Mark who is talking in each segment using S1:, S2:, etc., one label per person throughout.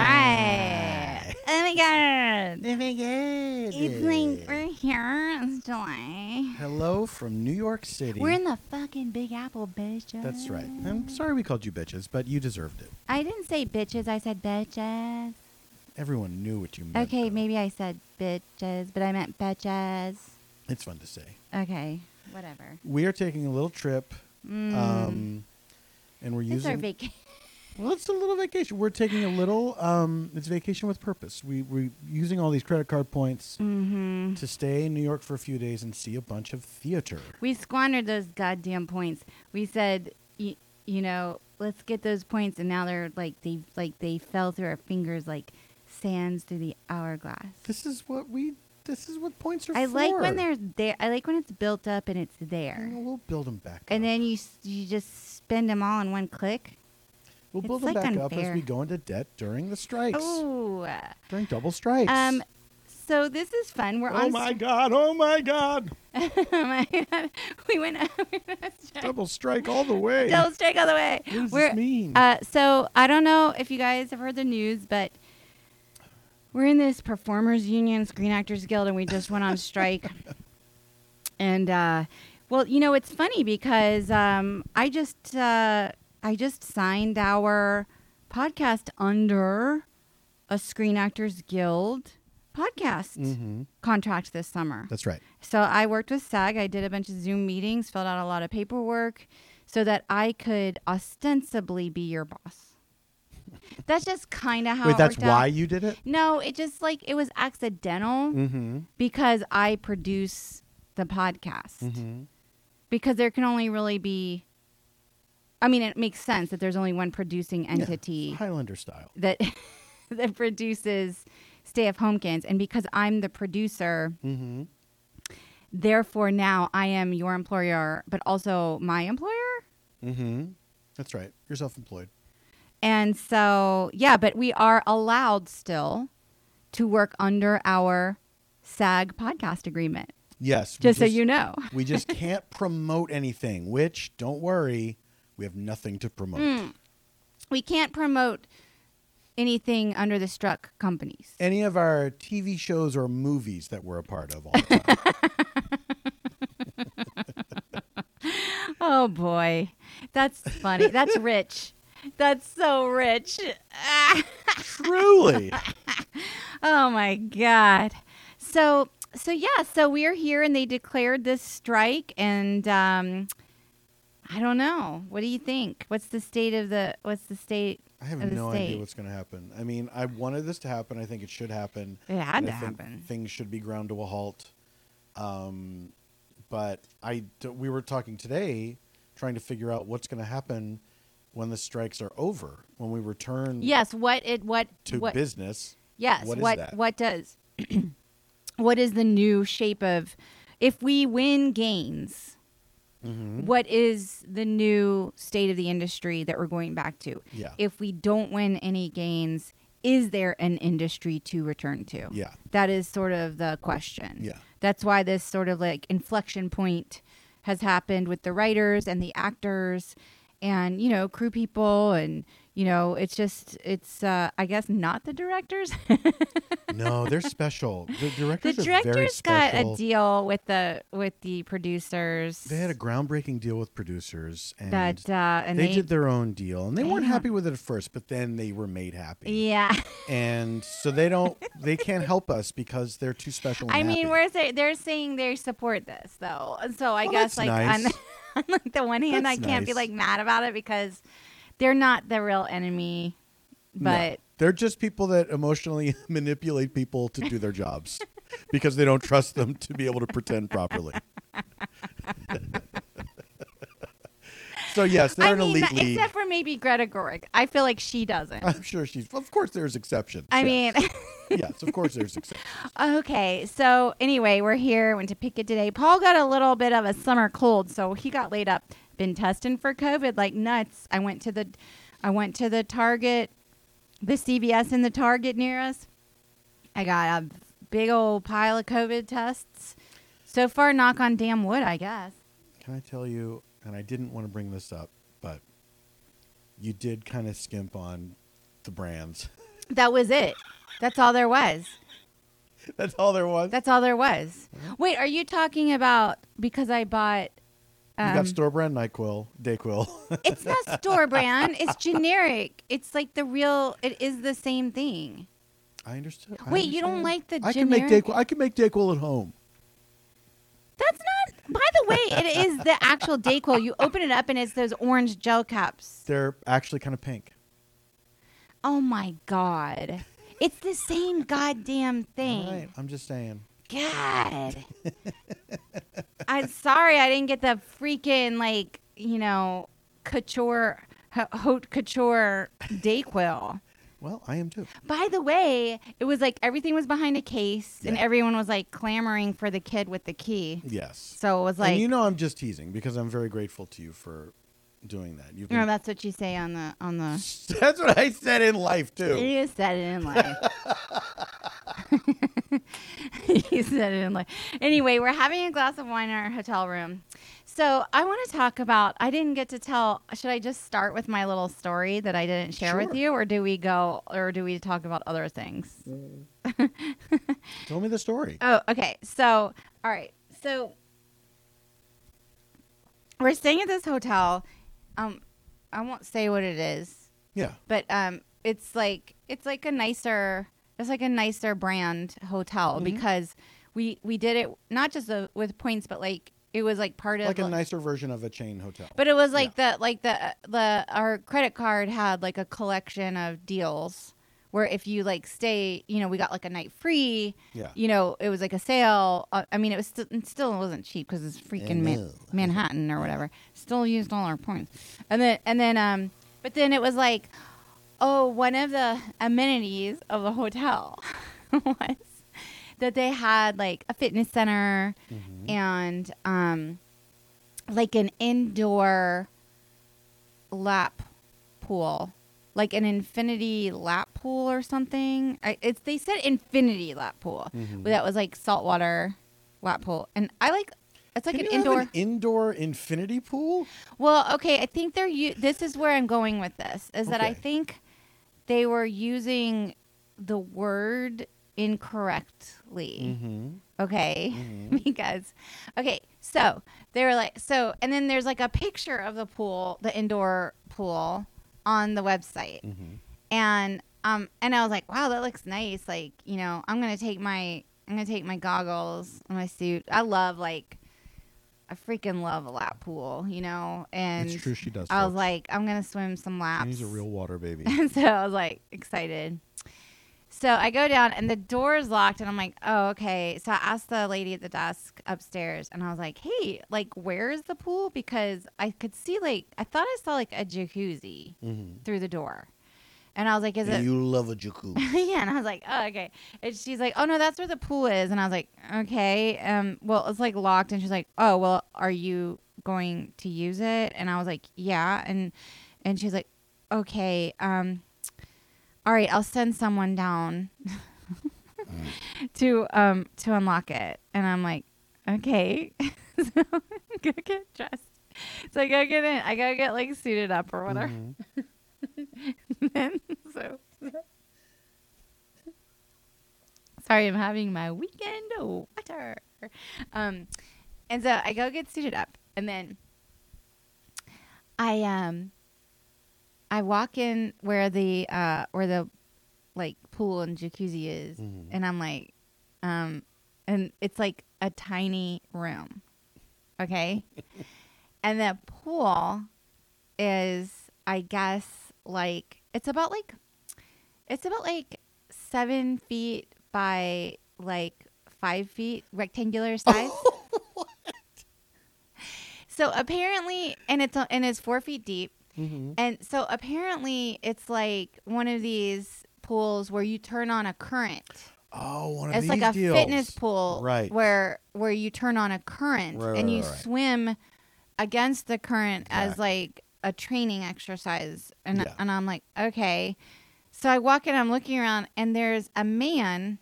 S1: Ah.
S2: Oh my god.
S1: Oh my God.
S2: It's like we're here. It's July.
S1: Hello from New York City.
S2: We're in the fucking Big Apple, bitches.
S1: That's right. I'm sorry we called you bitches, but you deserved it.
S2: I didn't say bitches. I said bitches.
S1: Everyone knew what you meant.
S2: Okay,
S1: though.
S2: maybe I said bitches, but I meant bitches.
S1: It's fun to say.
S2: Okay, whatever.
S1: We are taking a little trip,
S2: Mm.
S1: um, and we're
S2: it's
S1: using.
S2: our vacation.
S1: Well, it's a little vacation. We're taking a little. Um, it's vacation with purpose. We we're using all these credit card points
S2: hmm
S1: to stay in New York for a few days and see a bunch of theater.
S2: We squandered those goddamn points. We said, y- you know, let's get those points, and now they're like they like they fell through our fingers like sands through the hourglass.
S1: This is what we. This is what points are
S2: I
S1: for.
S2: like when they're there. I like when it's built up and it's
S1: You
S2: there,
S1: know, we'll build them back.
S2: and
S1: up.
S2: then you s- you just spend them all in one click.
S1: we'll build them
S2: it's, like,
S1: back up as
S2: unfair.
S1: we go into debt during the strikes,
S2: Oh,
S1: during double strikes.
S2: um, so this is fun. We're
S1: oh
S2: on.
S1: my god! Oh my god!
S2: oh my god! We went over that strike.
S1: Double strike all the way.
S2: Double strike all the way.
S1: what does
S2: We're
S1: this mean?
S2: Uh, so I don't know if you guys have heard the news, but we're in this performers union, Screen Actors Guild, and we just went on strike. And uh, well, you know, it's funny because um, I just uh, I just signed our podcast under a Screen Actors Guild podcast
S1: Mhm.
S2: contract this summer.
S1: That's right.
S2: So I worked with SAG. I did a bunch of Zoom meetings, filled out a lot of paperwork so that I could ostensibly be your boss. that's just kind of how
S1: Wait,
S2: it
S1: that's
S2: worked
S1: why
S2: out.
S1: you did it.
S2: No, it just like it was accidental
S1: Mm-hmm.
S2: because I produce the podcast.
S1: Mm-hmm.
S2: Because there can only really be I mean, it makes sense that there's only one producing entity
S1: Highlander style.
S2: that that produces Stay of Homekins and because I'm the producer,
S1: Mm-hmm.
S2: therefore now I am your employer, but also my employer.
S1: Mm-hmm. That's right. You're self-employed.
S2: And so, yeah, but we are allowed still to work under our SAG podcast agreement,
S1: Yes. we
S2: just, so you know.
S1: we just can't promote anything. Which, don't worry, we have nothing to promote.
S2: Hmm. We can't promote anything under the struck companies.
S1: Any of our TV shows or movies that we're a part of all the time.
S2: Oh boy, that's funny. That's rich. That's so rich. Ah.
S1: Truly.
S2: Oh my god. So so yeah, so we are here and they declared this strike and um I don't know. What do you think? What's the state of the what's the state
S1: I have
S2: Of the
S1: no idea
S2: state.
S1: what's going to happen. I mean, I wanted this to happen. I think it should happen.
S2: it had
S1: And
S2: to
S1: I think
S2: happen.
S1: Things should be ground to a halt. Um, but I, d- we were talking today, trying to figure out what's going to happen when the strikes are over, when we return
S2: Yes, what it what
S1: to
S2: what
S1: business.
S2: yes,
S1: what is
S2: what
S1: that?
S2: what does what is the new shape of if we win gains,
S1: Mm-hmm.
S2: what is the new state of the industry that we're going back to?
S1: Yeah.
S2: If we don't win any gains, is there an industry to return to?
S1: yeah.
S2: That is sort of the question.
S1: Yeah.
S2: That's why this sort of like inflection point has happened with the writers and the actors and, you know, crew people and you know, it's just it's uh I guess not the directors.
S1: No, they're special. The
S2: the
S1: directors, are very
S2: directors got
S1: special.
S2: a deal with the with the producers.
S1: They had a groundbreaking deal with producers, and,
S2: that uh and
S1: they,
S2: they,
S1: did their own deal, and they weren't
S2: Yeah.
S1: happy with it at first, but then they were made happy.
S2: Yeah.
S1: And so they don't, they can't help us because they're too special. And
S2: I mean,
S1: happy.
S2: we're say, they're saying they support this though, and so I
S1: Well,
S2: guess
S1: that's
S2: like on,
S1: nice.
S2: on like the one hand,
S1: That's
S2: I can't be
S1: nice.
S2: like mad about it because they're not the real enemy,
S1: No.
S2: but
S1: they're just people that emotionally manipulate people to do their jobs because they don't trust them to be able to pretend properly. so yes, they're
S2: I
S1: an
S2: mean,
S1: elite league.
S2: except for maybe Greta Gorg, I feel like she doesn't.
S1: I'm sure she's. Of course, there's exceptions.
S2: I
S1: yes.
S2: mean,
S1: yes, of course, there's exceptions.
S2: okay. So anyway, we're here. Went to picket today. Paul got a little bit of a summer cold, so he got laid up. Been testing for COVID like nuts. I went to the, I went to the Target, the CVS in the Target near us. I got a big old pile of COVID tests. So far, knock on damn wood, I guess.
S1: Can I tell you, and I didn't want to bring this up, but you did kind of skimp on the brands.
S2: That was it. That's all there was.
S1: That's all there was.
S2: That's all there was.
S1: Mm-hmm.
S2: Wait, are you talking about because I bought?
S1: you
S2: um,
S1: got store brand Nyquil, Dayquil.
S2: it's not store brand. It's generic. It's like the real. It is the same thing.
S1: I understood. I
S2: Wait, you don't
S1: understand.
S2: like the
S1: I can
S2: generic?
S1: make Dayquil. I can make Dayquil at home.
S2: That's not. By the way, it is the actual Dayquil. You open it up and it's those orange gel caps.
S1: They're actually kind of pink.
S2: Oh my god. It's the same goddamn thing.
S1: All right, I'm just saying.
S2: God. I'm sorry I didn't get the freaking like, you know, couture ha- haute couture Dayquil.
S1: Well, I am too.
S2: By the way, it was like everything was behind a case and
S1: Yeah.
S2: everyone was like clamoring for the kid with the key.
S1: Yes.
S2: So it was like
S1: and you know, I'm just teasing because I'm very grateful to you for doing that. You've
S2: you know,
S1: been,
S2: that's what you say on the on the
S1: that's what I said in life too.
S2: He said it in life. he said it in life. Anyway, we're having a glass of wine in our hotel room. So I want to talk about. I didn't get to tell. Should I just start with my little story that I didn't share with
S1: Sure.
S2: you, or do we go, or do we talk about other things?
S1: Tell me the story.
S2: Oh, okay. So, all right. So, we're staying at this hotel. Um, I won't say what it is,
S1: yeah.
S2: but um, it's like it's like a nicer, it's like a nicer brand hotel
S1: Mm-hmm.
S2: because we we did it not just uh with points, but like it was like part of
S1: Like a nicer version of a chain hotel.
S2: But it was like the like the the our credit card had like a collection of deals where if you like stay, you know, we got like a night free.
S1: Yeah.
S2: You know, it was like a sale. Uh, I mean, it was st- it still wasn't cheap because it's freaking Man-
S1: know.
S2: Manhattan or whatever. Still used all our points, and then and then um, but then it was like, oh, one of the amenities of the hotel was that they had like a fitness center
S1: Mm. Mm-hmm.
S2: and um, like an indoor lap pool, like an infinity lap pool or something. I, it's they said infinity lap pool,
S1: Mhm.
S2: but that was like saltwater lap pool, and I like it's like
S1: Can
S2: an
S1: you have
S2: indoor.
S1: indoor infinity pool.
S2: Well, okay, I think they're. U- this is where I'm going with this is that I
S1: Okay.
S2: think they were using the word incorrectly.
S1: Mm-hmm.
S2: Okay. because, okay. So they were like, so, and then there's like a picture of the pool, the indoor pool on the website.
S1: Mm-hmm.
S2: And, um, and I was like, wow, that looks nice. Like, you know, I'm going to take my, I'm going to take my goggles and my suit. I love like, I freaking love a lap pool, you know? And
S1: It's true. She does.
S2: I was
S1: folks.
S2: like, I'm going to swim some laps.
S1: And he's a real water baby.
S2: And so I was like excited. So I go down and the door is locked and I'm like, oh, okay. So I asked the lady at the desk upstairs and I was like, hey, like, where is the pool? Because I could see, like, I thought I saw like a jacuzzi
S1: mm-hmm.
S2: through the door. And I was like, is it?
S1: You love a jacuzzi.
S2: yeah. And I was like, oh, okay. And she's like, oh, no, that's where the pool is. And I was like, okay. Um, well, it's like locked. And she's like, oh, well, are you going to use it? And I was like, yeah. And, and she's like, okay. Um, all right, I'll send someone down to um to unlock it. And I'm like, okay. so go get dressed. So I go get in. I go get like suited up or whatever.
S1: Mhm.
S2: then so sorry i'm having my weekend water um and so i go get suited up and then i um i walk in where the uh where the like pool and jacuzzi is
S1: Mhm.
S2: and i'm like um and it's like a tiny room okay and the pool is i guess like it's about like it's about like seven feet by like five feet rectangular
S1: Oh.
S2: size
S1: Mm-hmm.
S2: so apparently and it's and it's four feet deep
S1: Mm-hmm.
S2: and so apparently it's like one of these pools where you turn on a current
S1: Oh, one of
S2: it's
S1: these
S2: like a
S1: deals.
S2: fitness pool
S1: Right.
S2: where where you turn on a current
S1: Right, right,
S2: and you
S1: right, right.
S2: swim against the current as
S1: Exactly.
S2: like a training exercise and
S1: Yeah.
S2: and I'm like okay so I walk in I'm looking around and there's a man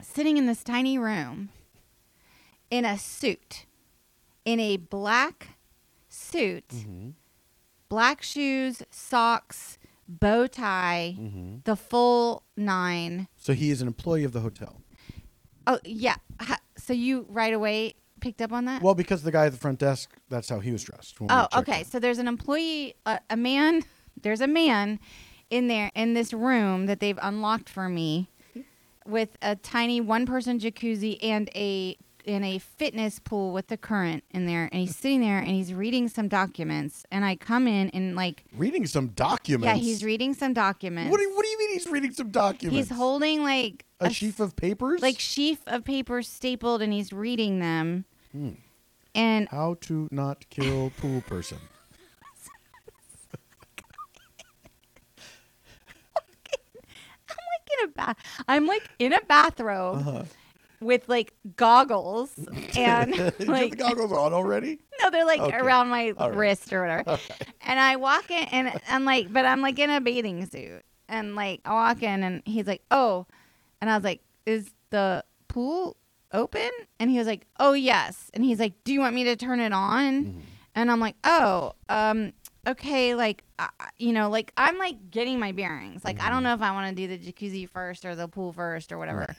S2: sitting in this tiny room in a suit in a black suit
S1: Mm-hmm.
S2: black shoes, socks, bow tie,
S1: hmm
S2: the full nine.
S1: So he is an employee of the hotel.
S2: Oh yeah. Ha- So you right away picked up on that?
S1: Well, because the guy at the front desk, that's how he was dressed. when we
S2: oh,
S1: checked
S2: okay.
S1: in.
S2: So there's an employee, a, a man. There's a man in there in this room that they've unlocked for me, with a tiny one-person jacuzzi and a in a fitness pool with the current in there, and he's sitting there and he's reading some documents, and I come in and like.
S1: Reading some documents.
S2: Yeah, he's reading some documents.
S1: What do, you- what do you mean he's reading some documents?
S2: He's holding like
S1: a
S2: s-
S1: sheaf of papers?
S2: like sheaf of papers stapled, and he's reading them.
S1: Hmm.
S2: And
S1: How to not kill pool person.
S2: in a bath, I'm like in a bathrobe
S1: Uh-huh.
S2: with like goggles, and
S1: Did you have
S2: like
S1: the goggles on already?
S2: no, they're like
S1: Okay.
S2: around my
S1: All right.
S2: wrist or whatever. And I walk in, and I'm like, but I'm like in a bathing suit, and like I walk in, and he's like, oh, and I was like, is the pool open? And he was like, oh yes, and he's like, do you want me to turn it on?
S1: Mhm.
S2: and I'm like, oh, um, okay, like, uh, you know, like I'm like getting my bearings. Like, I don't know if I want to do the jacuzzi first or the pool first or whatever.
S1: Right.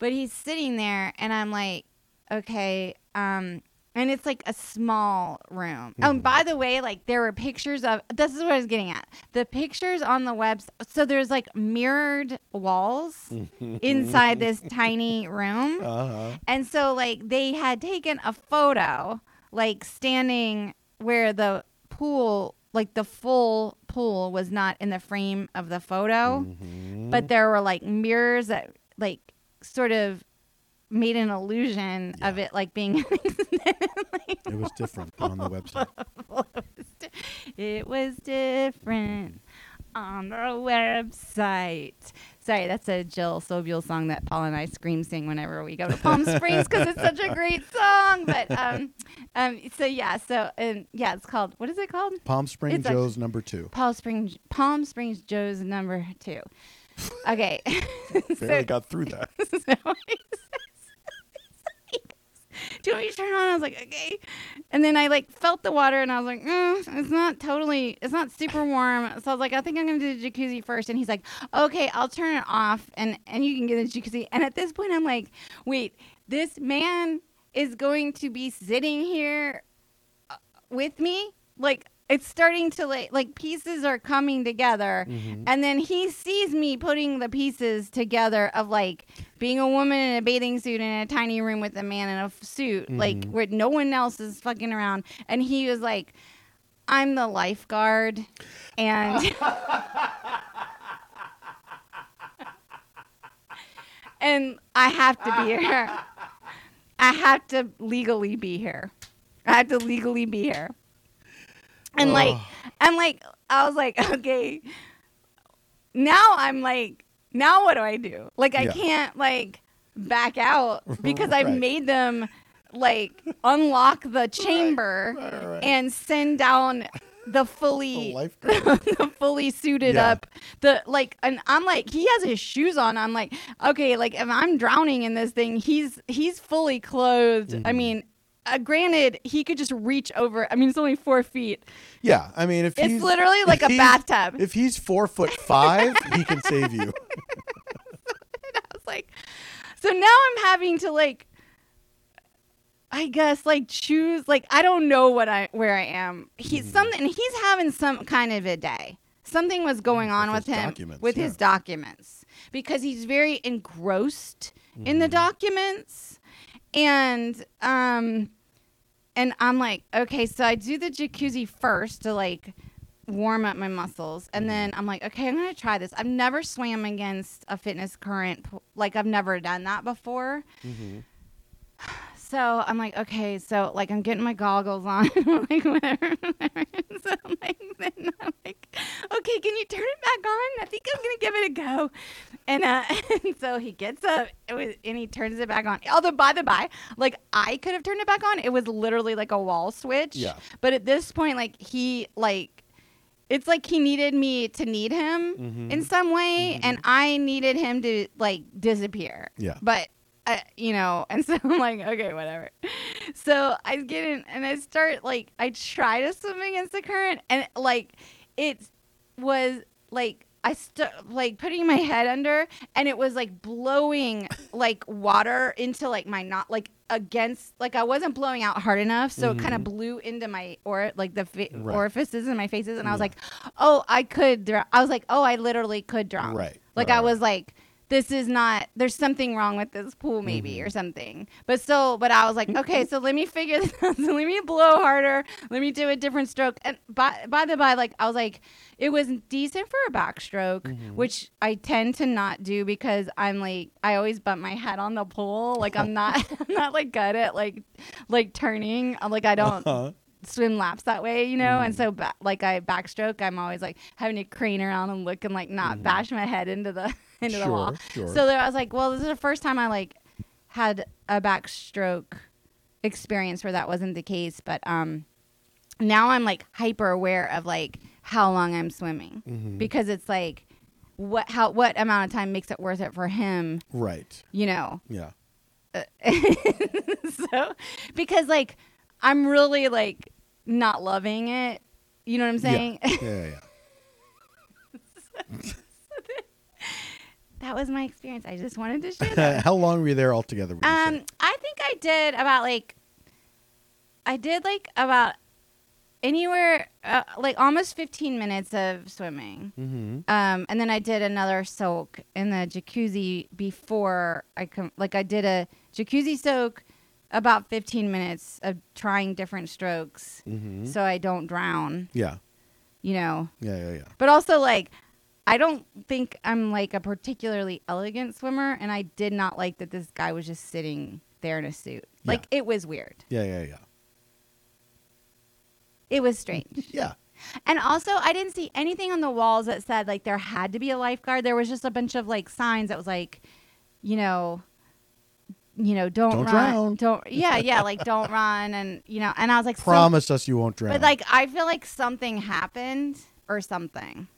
S2: But he's sitting there, and I'm like, okay, um, and it's like a small room. Oh, and by the way, like there were pictures of. This is what I was getting at. The pictures on the webs. So there's like mirrored
S1: Mm-hmm.
S2: walls inside this tiny room.
S1: Uh-huh.
S2: And so like they had taken a photo like standing where the pool like the full pool was not in the frame of the photo,
S1: Mhm.
S2: Oh. but there were like mirrors that like sort of made an illusion of
S1: Yeah.
S2: it like being
S1: it was different than on the website.
S2: it was different on the website. Sorry, that's a Jill Sobule song that Paul and I scream sing whenever we go to Palm Springs because it's such a great song. But um, um, so yeah, so um, yeah, it's called what is it called?
S1: Palm Spring
S2: It's
S1: Joe's number two.
S2: Palm Springs, Palm Springs Joe's number two. Okay,
S1: Barely got through that.
S2: So he's- Do you want me to turn on? I was like, okay. And then I like felt the water, and I was like, mm, it's not totally, it's not super warm. So I was like, I think I'm gonna do the jacuzzi first. And he's like, okay, I'll turn it off, and and you can get in the jacuzzi. And at this point, I'm like, wait, this man is going to be sitting here uh, with me, like. It's starting to like like pieces are coming together,
S1: Mhm.
S2: and then he sees me putting the pieces together of like being a woman in a bathing suit in a tiny room with a man in a f- suit, like
S1: Mhm.
S2: where no one else is fucking around. And he was like, I'm the lifeguard. And. and I have to be here. I have to legally be here. I have to legally be here. And like, I'm like, I was like, okay. Now I'm like, now what do I do? Like, I
S1: Yeah.
S2: can't like back out because I've
S1: Right.
S2: made them like unlock the chamber
S1: Right, right.
S2: and send down the fully
S1: The lifeguard.
S2: the fully suited
S1: Yeah.
S2: up the like and i'm like he has his shoes on i'm like okay like if i'm drowning in this thing he's he's fully clothed i
S1: Mhm.
S2: mean uh, granted he could just reach over i mean it's only four feet
S1: Yeah, I mean, if
S2: it's
S1: he's,
S2: literally
S1: if
S2: like a
S1: he's-
S2: bathtub
S1: If he's four foot five, he can save you.
S2: I was like, so now I'm having to like, I guess like choose like I don't know what I where I am.
S1: Mm-hmm.
S2: He's something. He's having some kind of a day. Something was going
S1: Mm, With his
S2: on with him
S1: documents,
S2: with his
S1: yeah.
S2: documents because he's very engrossed in
S1: Mm-hmm.
S2: the documents, and um, and I'm like, okay, so I do the jacuzzi first to like warm up my muscles and then i'm like okay i'm gonna try this i've never swam against a fitness current p- like i've never done that before so i'm like okay so like i'm getting my goggles on like whatever, whatever. so i'm like then i'm like okay can you turn it back on i think i'm gonna give it a go and uh and so he gets up it was- and he turns it back on although by the by like i could have turned it back on it was literally like a wall switch
S1: Yeah.
S2: but at this point like he like it's like he needed me to need him
S1: Mhm.
S2: in some way
S1: Mhm.
S2: and i needed him to like disappear
S1: Yeah.
S2: but uh, you know and so i'm like okay whatever so i get in and i start like i try to swim against the current and like it's was like I stu like putting my head under, and it was like blowing like water into like my not like against like I wasn't blowing out hard enough, so it kind of
S1: Mhm.
S2: blew into my or like the fa-
S1: Right.
S2: orifices in my faces, and I was
S1: Yeah.
S2: like, oh, I could drown. I was like, oh, I literally could drown.
S1: Right,
S2: Like
S1: right,
S2: I
S1: right.
S2: was like. This is not. There's something wrong with this pool, maybe,
S1: Mhm.
S2: or something. But so, but I was like, okay, so let me figure this out. So let me blow harder. Let me do a different stroke. And by by the by, like I was like, it was decent for a backstroke,
S1: Mhm.
S2: which I tend to not do because I'm like I always bump my head on the pole. Like I'm not I'm not like good at like like turning. I'm Like I don't
S1: Uh-huh.
S2: swim laps that way, you know. And
S1: Mm-hmm.
S2: so ba- like I backstroke, I'm always like having to crane around and look and like not
S1: Mhm.
S2: bash my head into the into the wall.
S1: Sure, sure.
S2: So there, I was like, well, this is the first time I like had a backstroke experience where that wasn't the case, but um, now I'm like hyper aware of like how long I'm swimming
S1: Mhm.
S2: because it's like what how what amount of time makes it worth it for him,
S1: right.
S2: you know.
S1: Yeah.
S2: so because like I'm really like not loving it. You know what I'm
S1: Yeah.
S2: saying?
S1: Yeah. Yeah. yeah.
S2: that was my experience. I just wanted to share that.
S1: Uh, How long were you there altogether? would you say?
S2: Um, I think I did about like, I did like about anywhere uh, like almost 15 minutes of swimming.
S1: Mhm.
S2: Um, and then I did another soak in the jacuzzi before I come. Like I did a jacuzzi soak, about 15 minutes of trying different strokes,
S1: Mhm.
S2: so I don't drown.
S1: yeah.
S2: You know,
S1: Yeah. Yeah. Yeah.
S2: but also like. I don't think I'm like a particularly elegant swimmer, and I did not like that this guy was just sitting there in a suit. Like it was weird.
S1: Yeah. Yeah. Yeah.
S2: It was strange.
S1: Yeah.
S2: and also, I didn't see anything on the walls that said like there had to be a lifeguard. There was just a bunch of like signs that was like, you know, you know, don't,
S1: Don't
S2: run,
S1: drown.
S2: don't yeah, yeah, like don't run, and you know, and I was like, so-
S1: Promise us you won't drown.
S2: but like I feel like something happened or something.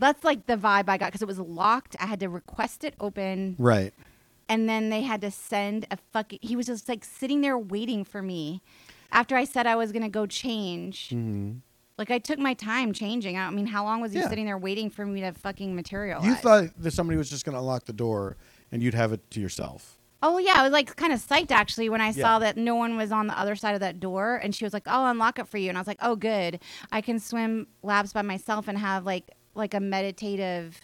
S2: That's like the vibe I got because it was locked. I had to request it open.
S1: right.
S2: and then they had to send a fucking he was just like sitting there waiting for me after i said i was gonna go change
S1: Mhm.
S2: like i took my time changing i mean how long was he
S1: Yeah.
S2: sitting there waiting for me to fucking materialize
S1: You thought that somebody was just going to unlock the door and you'd have it to yourself.
S2: oh yeah i was like kind of psyched actually when i
S1: Yeah.
S2: saw that no one was on the other side of that door and she was like "Oh, i'll unlock it for you and i was like oh good i can swim laps by myself and have like like a meditative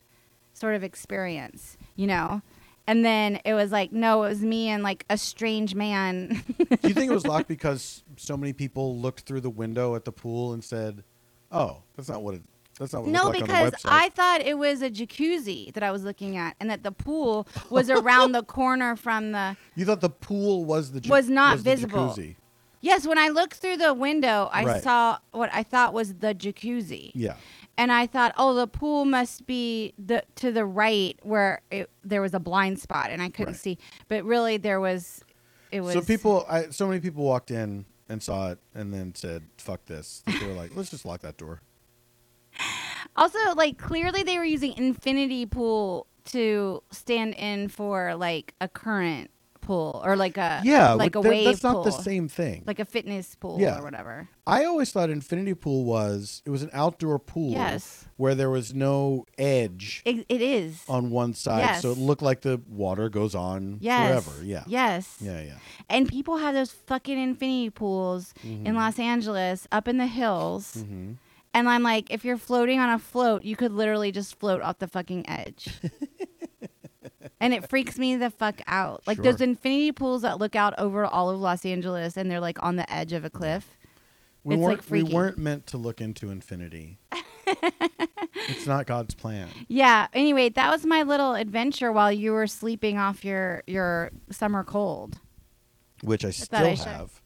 S2: sort of experience you know and then it was like no it was me and like a strange man
S1: Do you think it was locked because so many people looked through the window at the pool and said, "Oh, that's not what it. That's not what it
S2: No,
S1: looked like on
S2: because
S1: the website."
S2: I thought it was a jacuzzi that I was looking at, and that the pool was around the corner from the.
S1: you thought the pool was the ju-
S2: Was not
S1: the
S2: visible.
S1: jacuzzi.
S2: Yes, when I looked through the window, I
S1: Right.
S2: saw what I thought was the jacuzzi,
S1: Yeah.
S2: and I thought, oh, the pool must be the to the right where it, there was a blind spot, and I couldn't
S1: Right.
S2: see. But really, there was. It was
S1: So people, I, so many people walked in and saw it and then said, "Fuck this." They were like, "Let's just lock that door."
S2: also like clearly they were using infinity pool to stand in for like a current pool or like a
S1: Yeah,
S2: Uh, like a
S1: but that-
S2: wave
S1: that's not
S2: pool.
S1: the same thing.
S2: like a fitness pool
S1: Yeah.
S2: or whatever.
S1: I always thought infinity pool was it was an outdoor pool
S2: Yes.
S1: where there was no edge
S2: It, it is.
S1: on one side, so
S2: Yes.
S1: it looked like the water goes on
S2: Yes.
S1: forever. Yeah.
S2: Yes.
S1: Yeah, yeah.
S2: And people have those fucking infinity pools in Los Angeles up in the hills.
S1: Mm-hmm.
S2: And I'm like, if you're floating on a float, you could literally just float off the fucking edge. and it freaks me the fuck out. Like
S1: Sure.
S2: those infinity pools that look out over all of Los Angeles and they're like on the edge of a cliff.
S1: We
S2: It's,
S1: weren't
S2: like,
S1: we
S2: freaky.
S1: weren't meant to look into infinity. it's not God's plan.
S2: Yeah. Anyway, that was my little adventure while you were sleeping off your your summer cold.
S1: which I still
S2: thought I should.
S1: have.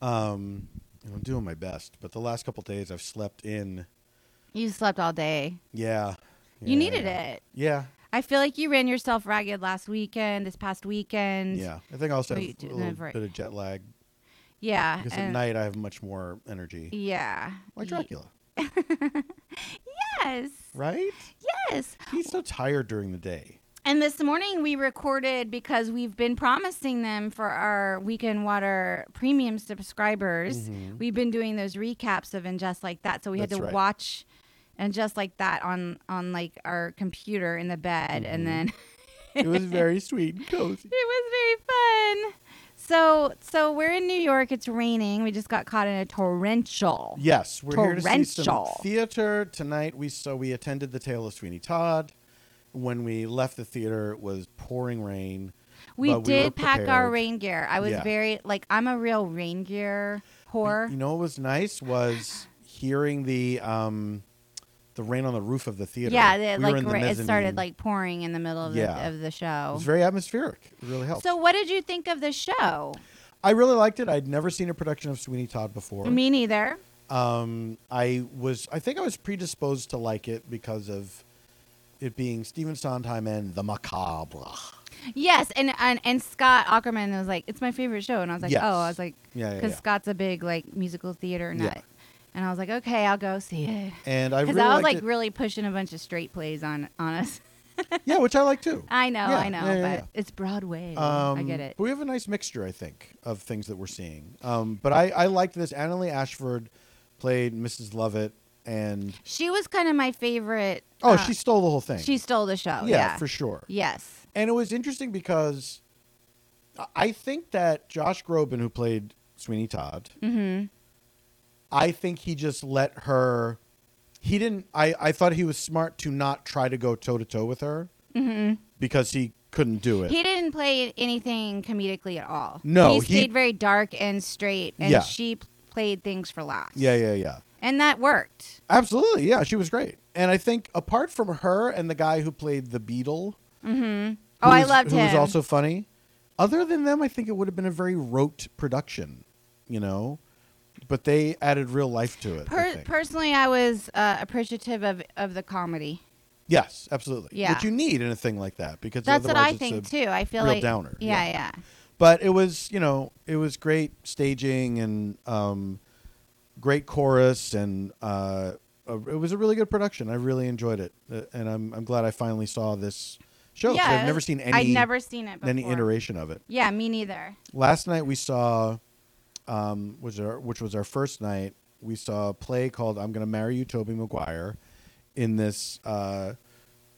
S1: Um, and I'm doing my best, but the last couple days I've slept in.
S2: You slept all day.
S1: Yeah,
S2: You needed it.
S1: Yeah,
S2: I feel like you ran yourself ragged last weekend, this past weekend.
S1: yeah. I think I also have
S2: Wait,
S1: a
S2: do-
S1: little
S2: never-
S1: bit of jet lag
S2: Yeah.
S1: because at
S2: and-
S1: night I have much more energy,
S2: Yeah.
S1: like
S2: Ye-
S1: Dracula,
S2: Yes.
S1: right?
S2: Yes.
S1: He's so tired during the day.
S2: And this morning we recorded because we've been promising them for our Weekend Water premium subscribers.
S1: Mhm.
S2: We've been doing those recaps of And Just Like That. So we
S1: That's
S2: had to
S1: right.
S2: watch and just like that on on like our computer in the bed, and then
S1: Mm-hmm. It was very sweet and cozy.
S2: it was very fun. So so we're in New York. It's raining. We just got caught in a torrential.
S1: Yes, we're here to see some
S2: Torrential.
S1: theater tonight. We so we attended the Tale of Sweeney Todd. When we left the theater, it was pouring rain.
S2: we
S1: but were
S2: did pack our
S1: prepared.
S2: rain gear. I was
S1: Yeah.
S2: very like I'm a real rain gear whore.
S1: You know what was nice was hearing the um, the rain on the roof of the theater.
S2: Yeah, it,
S1: We were
S2: like
S1: in the
S2: ra- it
S1: mezzanine.
S2: started like pouring in the middle of
S1: Yeah.
S2: the of the
S1: it
S2: show.
S1: was very atmospheric. It really helped.
S2: So what did you think of the show?
S1: I really liked it. I'd never seen a production of Sweeney Todd before.
S2: Me neither.
S1: Um, I was I think I was predisposed to like it because of it being Stephen Sondheim and the macabre.
S2: Yes, and and, and Scott Ackerman was like, "It's my favorite show," and I was like,
S1: Yes.
S2: "Oh," I was like,
S1: Yeah, yeah,
S2: because
S1: yeah.
S2: Scott's a big like musical theater
S1: Yeah.
S2: nut," and I was like, "Okay, I'll go see it."
S1: And I
S2: Because
S1: really
S2: I was
S1: liked
S2: like
S1: it.
S2: really pushing a bunch of straight plays on on us.
S1: yeah, which I like too.
S2: I know,
S1: Yeah,
S2: I know,
S1: yeah, yeah,
S2: but it's Broadway.
S1: yeah.
S2: I
S1: Um,
S2: get it.
S1: But we have a nice mixture, I think, of things that we're seeing. Um, but I, I liked this. Annalee Ashford played Mrs. Lovett, and
S2: She was kind of my favorite.
S1: oh,
S2: uh,
S1: she stole the whole thing.
S2: she stole the show. Yeah,
S1: yeah, for sure.
S2: Yes.
S1: And it was interesting because I- I think that Josh Groban, who played Sweeney Todd,
S2: Mm-hmm.
S1: I think he just let her. He didn't. I, I thought he was smart to not try to go toe to toe with her because he couldn't do it.
S2: Mm-hmm. He didn't play anything comedically at all.
S1: No,
S2: he
S1: he-
S2: stayed very dark and straight, and
S1: Yeah.
S2: she p- played things for laughs.
S1: yeah, yeah, yeah.
S2: and that worked.
S1: Absolutely. Yeah, she was great. And I think apart from her and the guy who played the Beetle,
S2: Oh, I
S1: who's-
S2: loved
S1: who
S2: him.
S1: was also funny. Other than them, I think it would have been a very rote production, you know. But they added real life to it. I
S2: Per-
S1: think.
S2: personally, I was uh, appreciative of of the comedy.
S1: yes, absolutely.
S2: Yeah.
S1: Which you need in a thing like that because
S2: That's what
S1: otherwise
S2: I
S1: it's
S2: think
S1: a-
S2: too. I feel
S1: real
S2: like
S1: downer,
S2: Yeah,
S1: yeah.
S2: yeah.
S1: But it was, you know, it was great staging and um, great chorus, and uh, a, it was a really good production. I really enjoyed it, Uh, and I'm I'm glad I finally saw this show. 'cause
S2: yeah.
S1: I've never seen any.
S2: I've never seen it before.
S1: any iteration of it.
S2: Yeah, me neither.
S1: Last night we saw, um, was our, which was our first night, we saw a play called "I'm Gonna Marry You, Toby Maguire," in this, uh,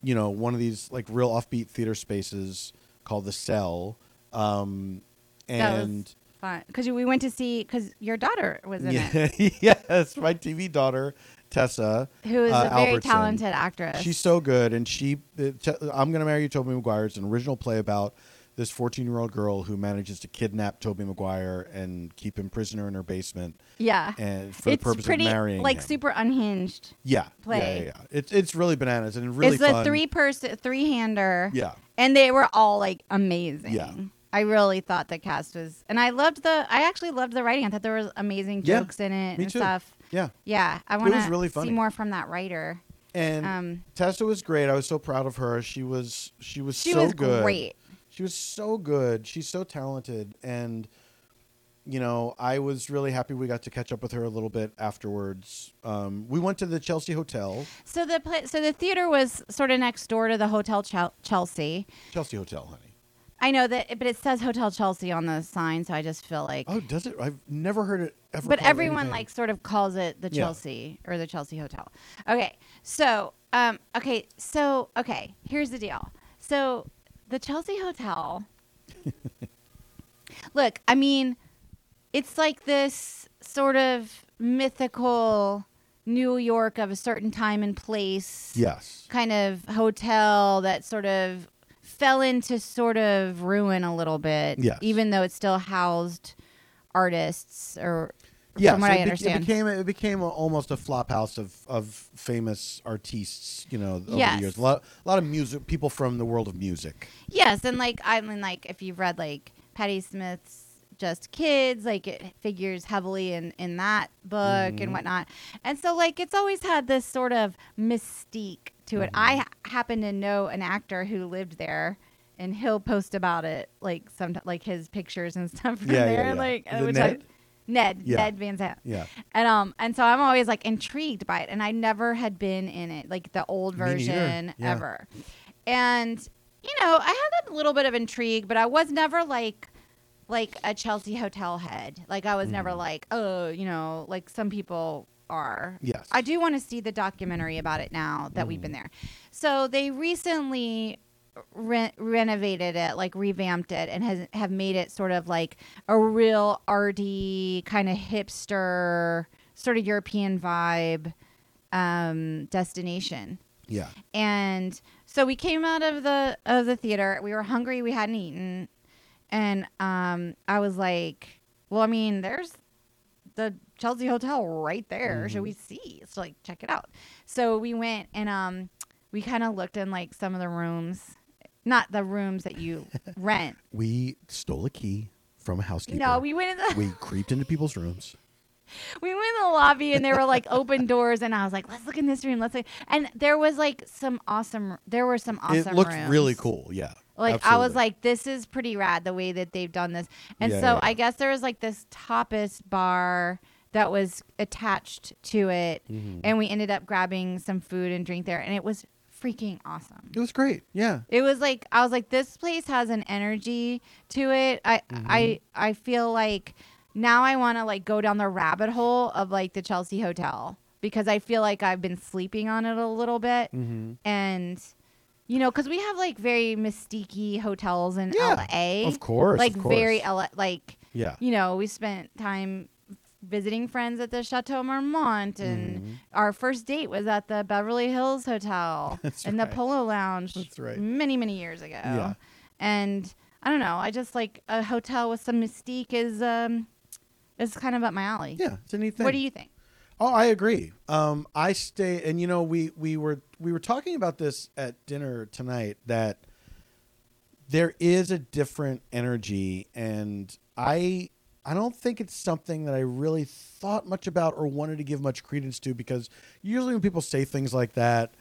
S1: you know, one of these like real offbeat theater spaces called the Cell, um,
S2: that
S1: and
S2: was fun because we went to see because your daughter was in it,
S1: yeah, yes, my TV daughter Tessa,
S2: who is
S1: uh,
S2: a very
S1: Albertson.
S2: talented actress.
S1: She's so good, and she. uh, t- I'm gonna marry you, Toby Maguire. It's an original play about this 14 year old girl who manages to kidnap Toby Maguire and keep him prisoner in her basement,
S2: yeah.
S1: and for
S2: it's
S1: the purpose
S2: pretty
S1: of marrying
S2: like
S1: him.
S2: super unhinged.
S1: yeah, yeah,
S2: play.
S1: Yeah, yeah, It's it's really bananas and really
S2: it's
S1: fun.
S2: a three person three hander.
S1: Yeah,
S2: and they were all like amazing.
S1: Yeah.
S2: I really thought the cast was, and I loved the. I actually loved the writing. I thought there was amazing
S1: Yeah,
S2: jokes in it
S1: me
S2: and
S1: too.
S2: stuff.
S1: yeah,
S2: Yeah, I want to
S1: was really
S2: see
S1: funny.
S2: more from that writer.
S1: and
S2: Um,
S1: Tessa was great. I was so proud of her. She was she was
S2: She
S1: so
S2: was
S1: good.
S2: great.
S1: She was so good. She's so talented. And, you know, I was really happy we got to catch up with her a little bit afterwards. Um, we went to the Chelsea Hotel.
S2: So the pla- so the theater was sort of next door to the Hotel Chel- Chelsea.
S1: Chelsea Hotel, honey.
S2: I know that, but it says Hotel Chelsea on the sign, so I just feel like.
S1: Oh, does it? I've never heard it ever.
S2: but
S1: called
S2: everyone
S1: anything.
S2: like sort of calls it the
S1: Yeah.
S2: Chelsea or the Chelsea Hotel. Okay, so um, okay, so okay, here's the deal. So the Chelsea Hotel. look, I mean, it's like this sort of mythical New York of a certain time and place
S1: Yes.
S2: kind of hotel that sort of fell into sort of ruin a little bit.
S1: Yes.
S2: Even though it still housed artists or
S1: Yes.
S2: from what
S1: it,
S2: I
S1: be-
S2: understand.
S1: It became, it became a, almost a flop house of, of famous artistes, you know, over
S2: Yes.
S1: the years. A lot, a lot of music, people from the world of music.
S2: yes, and like I mean like if you've read like Patti Smith's just kids, like it figures heavily in in that book
S1: Mm-hmm.
S2: and whatnot, and so like it's always had this sort of mystique to it.
S1: Mm-hmm.
S2: I ha- happen to know an actor who lived there, and he'll post about it, like some like his pictures and stuff from
S1: Yeah, yeah,
S2: there,
S1: yeah.
S2: like uh,
S1: Is it
S2: which
S1: Ned?
S2: I, Ned,
S1: Yeah.
S2: Ned Van Zandt.
S1: Yeah.
S2: And um and so I'm always like intrigued by it and I never had been in it like the old
S1: Me neither.
S2: version
S1: Yeah.
S2: ever. And you know, I had a little bit of intrigue, but I was never like
S1: Mm.
S2: like a Chelsea hotel head. Like I was never like, oh, you know, like some people are.
S1: Yes.
S2: I do want to see the documentary about it now that we've been there. So they recently re- renovated it, like revamped it, and has have made it sort of like a real arty kind of hipster, sort of European vibe um, destination
S1: Yeah.
S2: and so we came out of the of the theater we were hungry we hadn't eaten and um i was like well i mean there's the chelsea hotel right there
S1: Mm-hmm.
S2: should we see so like check it out so we went and um we kind of looked in like some of the rooms not the rooms that you rent
S1: We stole a key from a housekeeper.
S2: no we went in the
S1: we creeped into people's rooms.
S2: we went in the lobby and there were like open doors and i was like let's look in this room let's look and there was like some awesome there were some awesome
S1: it looked
S2: rooms.
S1: really cool. Yeah.
S2: Like I was
S1: Absolutely.
S2: like, this is pretty rad the way that they've done this. And
S1: Yeah,
S2: so
S1: yeah, yeah.
S2: I guess there was like this tapas bar that was attached to it,
S1: Mhm.
S2: and we ended up grabbing some food and drink there, and it was freaking awesome.
S1: it was great. Yeah.
S2: It was like I was like, this place has an energy to it. I
S1: Mm-hmm.
S2: I I feel like now I want to like go down the rabbit hole of like the Chelsea Hotel because I feel like I've been sleeping on it a little bit
S1: Mm-hmm.
S2: and you know, because we have like very mystique hotels in
S1: Yeah,
S2: LA,
S1: Of course.
S2: like
S1: of course.
S2: very LA, like
S1: Yeah.
S2: you know, we spent time visiting friends at the Chateau Marmont, and
S1: Mhm.
S2: our first date was at the Beverly Hills Hotel
S1: That's
S2: in
S1: right.
S2: the Polo Lounge,
S1: That's right.
S2: many many years ago,
S1: Yeah.
S2: and I don't know, I just like a hotel with some mystique is um is kind of up my alley.
S1: Yeah. It's a neat thing.
S2: What do you think?
S1: Oh, I agree. Um, I stay, and you know, we we were we were talking about this at dinner tonight that there is a different energy, and I I don't think it's something that I really thought much about or wanted to give much credence to because usually when people say things like that,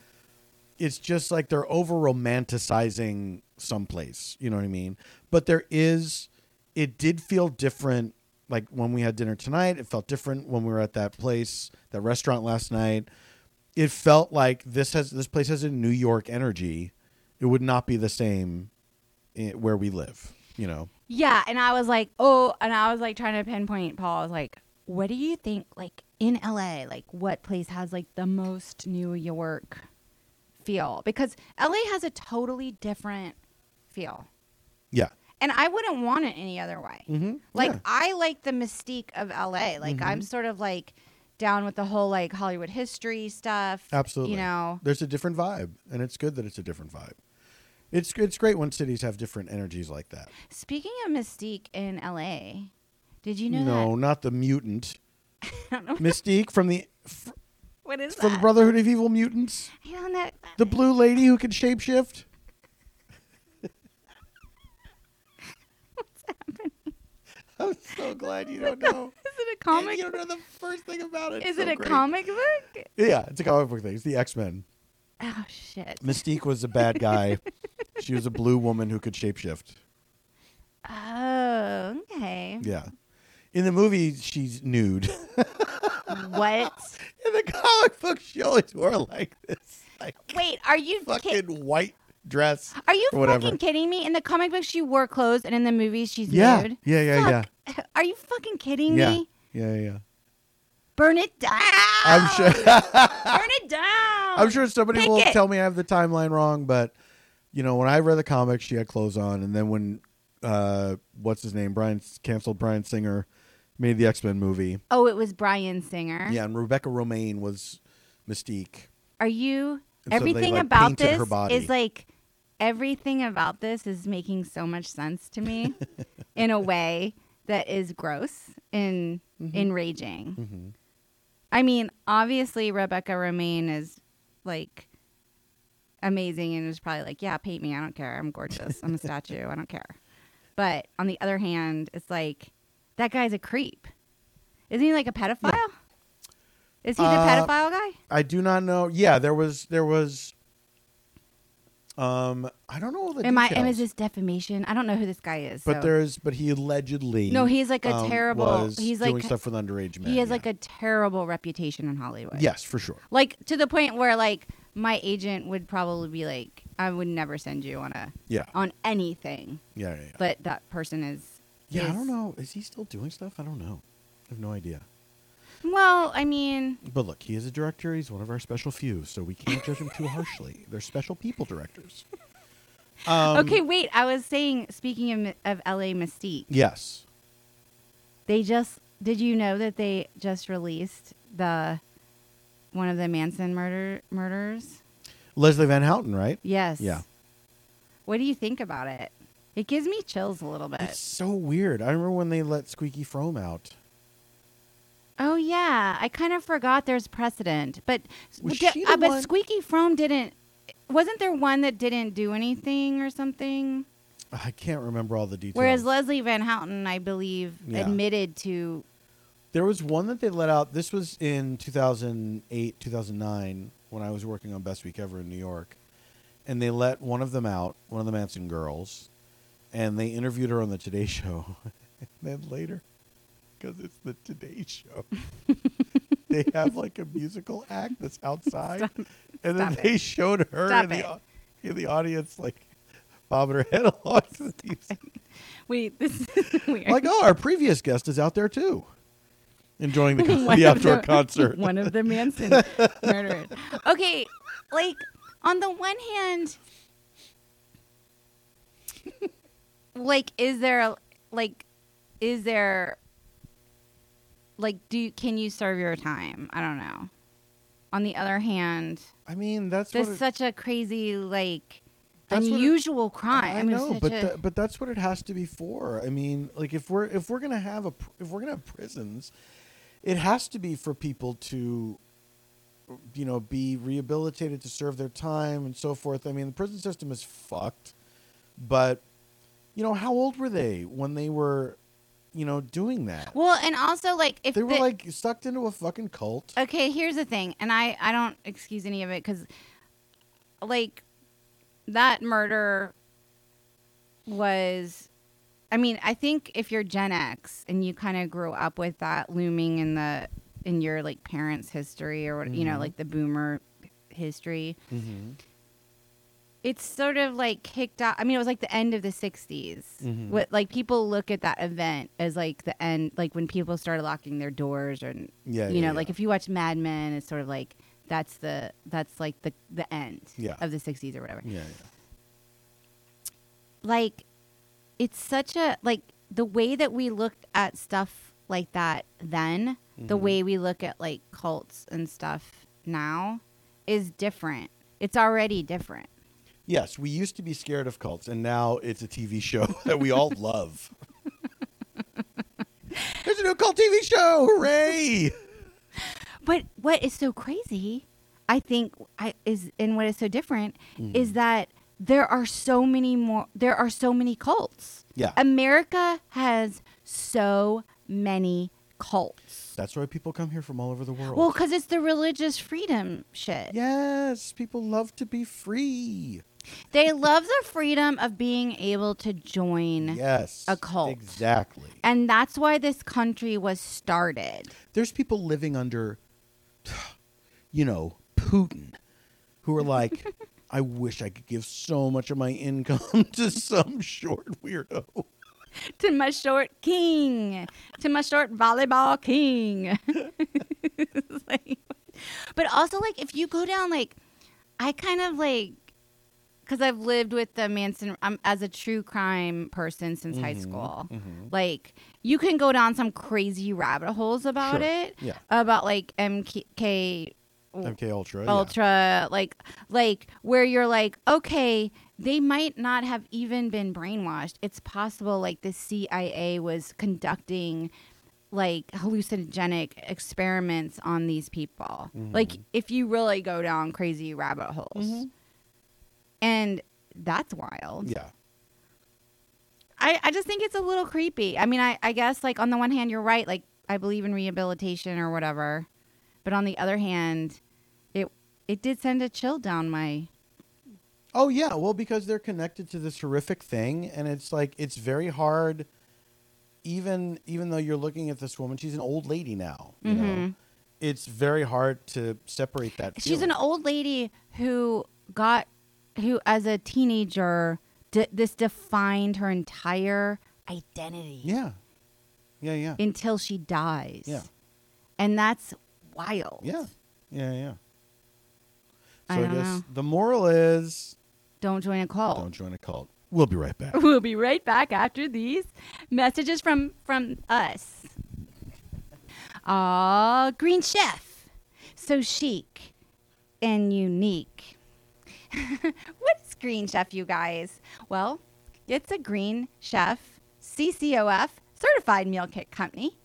S1: it's just like they're over romanticizing someplace. You know what I mean? But there is, it did feel different. Like when we had dinner tonight, it felt different when we were at that place, that restaurant last night. It felt like this has this place has a New York energy. It would not be the same i- where we live. You know?
S2: Yeah, and I was like, oh, and I was like trying to pinpoint Paul. I was like, what do you think, like in LA, like what place has like the most New York feel? Because LA has a totally different feel,
S1: Yeah.
S2: and I wouldn't want it any other way.
S1: Mm-hmm.
S2: Like I like the mystique of LA. Like I'm sort of like down with the whole like Hollywood history stuff.
S1: Absolutely.
S2: you know.
S1: there's a different vibe, and it's good that it's a different vibe. It's it's great when cities have different energies like that.
S2: Speaking of mystique in LA, did you know
S1: no,
S2: that?
S1: not the mutant.
S2: I don't know.
S1: Mystique from the f-
S2: What is
S1: from the
S2: that?
S1: Brotherhood of Evil Mutants.
S2: I don't know.
S1: The blue lady who can shapeshift. What's happening? I'm so glad you don't know.
S2: Is it a comic?
S1: You don't know the first thing about it.
S2: Is
S1: So
S2: it a
S1: great.
S2: comic book?
S1: Yeah, it's a comic book thing. It's the X Men.
S2: Oh shit.
S1: Mystique was a bad guy. she was a blue woman who could shapeshift.
S2: Oh, okay.
S1: Yeah. In the movie, she's nude.
S2: What?
S1: In the comic book, she always wore like this, like
S2: Wait, are you ki-
S1: fucking white dress.
S2: are you
S1: or whatever.
S2: fucking kidding me? In the comic book, she wore clothes, and in the movies, she's
S1: Yeah.
S2: nude.
S1: yeah, yeah, yeah,
S2: Fuck. Are you fucking kidding
S1: yeah,
S2: me?
S1: yeah, yeah.
S2: Burn it down.
S1: I'm sure.
S2: Burn it down.
S1: I'm sure somebody
S2: Ah. Pick
S1: will
S2: it.
S1: tell me I have the timeline wrong, but you know, when I read the comic, she had clothes on, and then when uh, what's his name, Brian canceled Brian Singer, made the X Men movie.
S2: Oh, it was Brian Singer.
S1: Yeah, and Rebecca Romaine was Mystique.
S2: Are you?
S1: And so they,
S2: Everything
S1: like,
S2: about
S1: painted
S2: this
S1: her body.
S2: is like. Everything about this is making so much sense to me in a way that is gross and enraging.
S1: Mm-hmm.
S2: I mean, obviously Rebecca Romaine is like amazing and is probably like, yeah, paint me. I don't care. I'm gorgeous. I'm a statue. I don't care. But on the other hand, it's like that guy's a creep. Isn't he like a pedophile? Is he the
S1: Uh,
S2: pedophile guy?
S1: I do not know. Yeah, there was there was. Um, I don't know all the
S2: Am I?
S1: details.
S2: Am is this defamation? I don't know who this guy is.
S1: But
S2: so-
S1: there's but he allegedly
S2: No, he's like a
S1: um,
S2: terrible-
S1: was
S2: he's
S1: doing
S2: like-
S1: stuff with underage men.
S2: he has
S1: yeah.
S2: like a terrible reputation in Hollywood.
S1: yes for sure.
S2: like to the point where like my agent would probably be like, I would never send you on a
S1: Yeah,
S2: on anything.
S1: yeah, yeah. Yeah,
S2: but that person is.
S1: yeah I
S2: is-
S1: don't know. Is he still doing stuff? I don't know. I have no idea.
S2: Well, I mean,
S1: But look, he is a director. He's one of our special few, so we can't judge him too harshly. They're special people directors. Um,
S2: okay, wait. I was saying, speaking of, of LA Mystique,
S1: Yes.
S2: they just did you know that they just released the one of the Manson murder murders?
S1: Leslie Van Houten, right?
S2: Yes.
S1: Yeah.
S2: What do you think about it? It gives me chills a little bit.
S1: It's so weird. I remember when they let Squeaky Frome out.
S2: oh yeah, I kind of forgot there's precedent, but
S1: Was
S2: but,
S1: she
S2: uh,
S1: the
S2: but
S1: one-
S2: Squeaky Frome didn't. Wasn't there one that didn't do anything or something?
S1: I can't remember all the details.
S2: Whereas Leslie Van Houten, I believe,
S1: Yeah.
S2: admitted to
S1: There was one that they let out. This was in 2008, 2009, when I was working on Best Week Ever in New York. And they let one of them out, one of the Manson girls, and they interviewed her on the Today Show. and then later, because it's the Today Show, they have like a musical act that's outside. and then
S2: stop it.
S1: they showed her
S2: Stop
S1: in the,
S2: it.
S1: au- in the audience, like, bobbing her head along to the music.
S2: wait. This is weird.
S1: Like, oh, our previous guest is out there too, enjoying the, con-
S2: One
S1: the
S2: of
S1: outdoor
S2: the-
S1: concert.
S2: one of the Manson murdered. Okay, like on the one hand, like is there like is there like do can you serve your time? I don't know. On the other hand,
S1: I mean, that's what
S2: there's
S1: it,
S2: such a crazy like
S1: That's what it-
S2: unusual crime.
S1: I
S2: mean,
S1: know,
S2: such
S1: but
S2: a-
S1: tha- but that's what it has to be for. I mean, like if we're if we're gonna have a pr- if we're gonna have prisons, it has to be for people to, you know, be rehabilitated to serve their time and so forth. I mean, the prison system is fucked, but you know, how old were they when they were, you know, doing that?
S2: well, and also like if
S1: they were
S2: the-
S1: like sucked into a fucking cult.
S2: Okay, here's the thing, and I I don't excuse any of it because, like, that murder was, I mean, I think if you're Gen X and you kind of grew up with that looming in the in your like parents' history or what you know
S1: Mhm.
S2: like the boomer history,
S1: Mm-hmm.
S2: it's sort of like kicked out. I mean, it was like the end of the 60s.
S1: Mhm.
S2: What like people look at that event as like the end, like when people started locking their doors and
S1: Yeah,
S2: you
S1: yeah,
S2: know,
S1: yeah.
S2: like if you watch Mad Men, it's sort of like that's the that's like the the end
S1: Yeah. Mm.
S2: of the 60s or whatever.
S1: Yeah,
S2: Like it's such a like the way that we looked at stuff like that then, the
S1: Mhm.
S2: way we look at like cults and stuff now is different. It's already different.
S1: Yes, we used to be scared of cults, and now it's a TV show that we all love. There's a new cult TV show! Hooray!
S2: But what is so crazy, I think, I, is and what is so different is that there are so many more. There are so many cults.
S1: Yeah.
S2: America has so many cults.
S1: That's why people come here from all over the world.
S2: Well, because it's the religious freedom shit.
S1: yes, people love to be free.
S2: They love the freedom of being able to join.
S1: Yes.
S2: A cult.
S1: Exactly.
S2: And that's why this country was started.
S1: There's people living under, you know, Putin who are like, I wish I could give so much of my income to some short weirdo.
S2: To my short king, to my short volleyball king. It's like- but also, like, if you go down, like, I kind of like, because I've lived with the Manson um, as a true crime person since high
S1: Mhm,
S2: school.
S1: mhm.
S2: Like, you can go down some crazy rabbit holes about
S1: Sure,
S2: it,
S1: Yeah.
S2: about like MK
S1: MK Ultra. yeah.
S2: Ultra, like like where you're like, okay, they might not have even been brainwashed. It's possible like the CIA was conducting like hallucinogenic experiments on these people. Like if you really go down crazy rabbit holes.
S1: Mhm.
S2: And that's wild.
S1: Yeah.
S2: I, I just think it's a little creepy. I mean, I, I guess, like, on the one hand, you're right. Like, I believe in rehabilitation or whatever. But on the other hand, it it did send a chill down my.
S1: Oh yeah, well because they're connected to this horrific thing and it's like it's very hard even even though you're looking at this woman, she's an old lady now, you know.
S2: Mhm.
S1: It's very hard to separate that.
S2: She's
S1: feeling.
S2: an old lady who got, who as a teenager, de- this defined her entire identity
S1: Yeah. Yeah, yeah.
S2: until she dies.
S1: Yeah.
S2: and that's wild.
S1: Yeah. Yeah, yeah.
S2: I
S1: So I,
S2: don't
S1: guess
S2: know.
S1: the moral is
S2: Don't join a cult.
S1: don't join a cult. We'll be right back.
S2: We'll be right back after these messages from from us. Ah, Green Chef, so chic and unique. what is Green Chef, you guys? Well, it's a Green Chef CCOF certified meal kit company.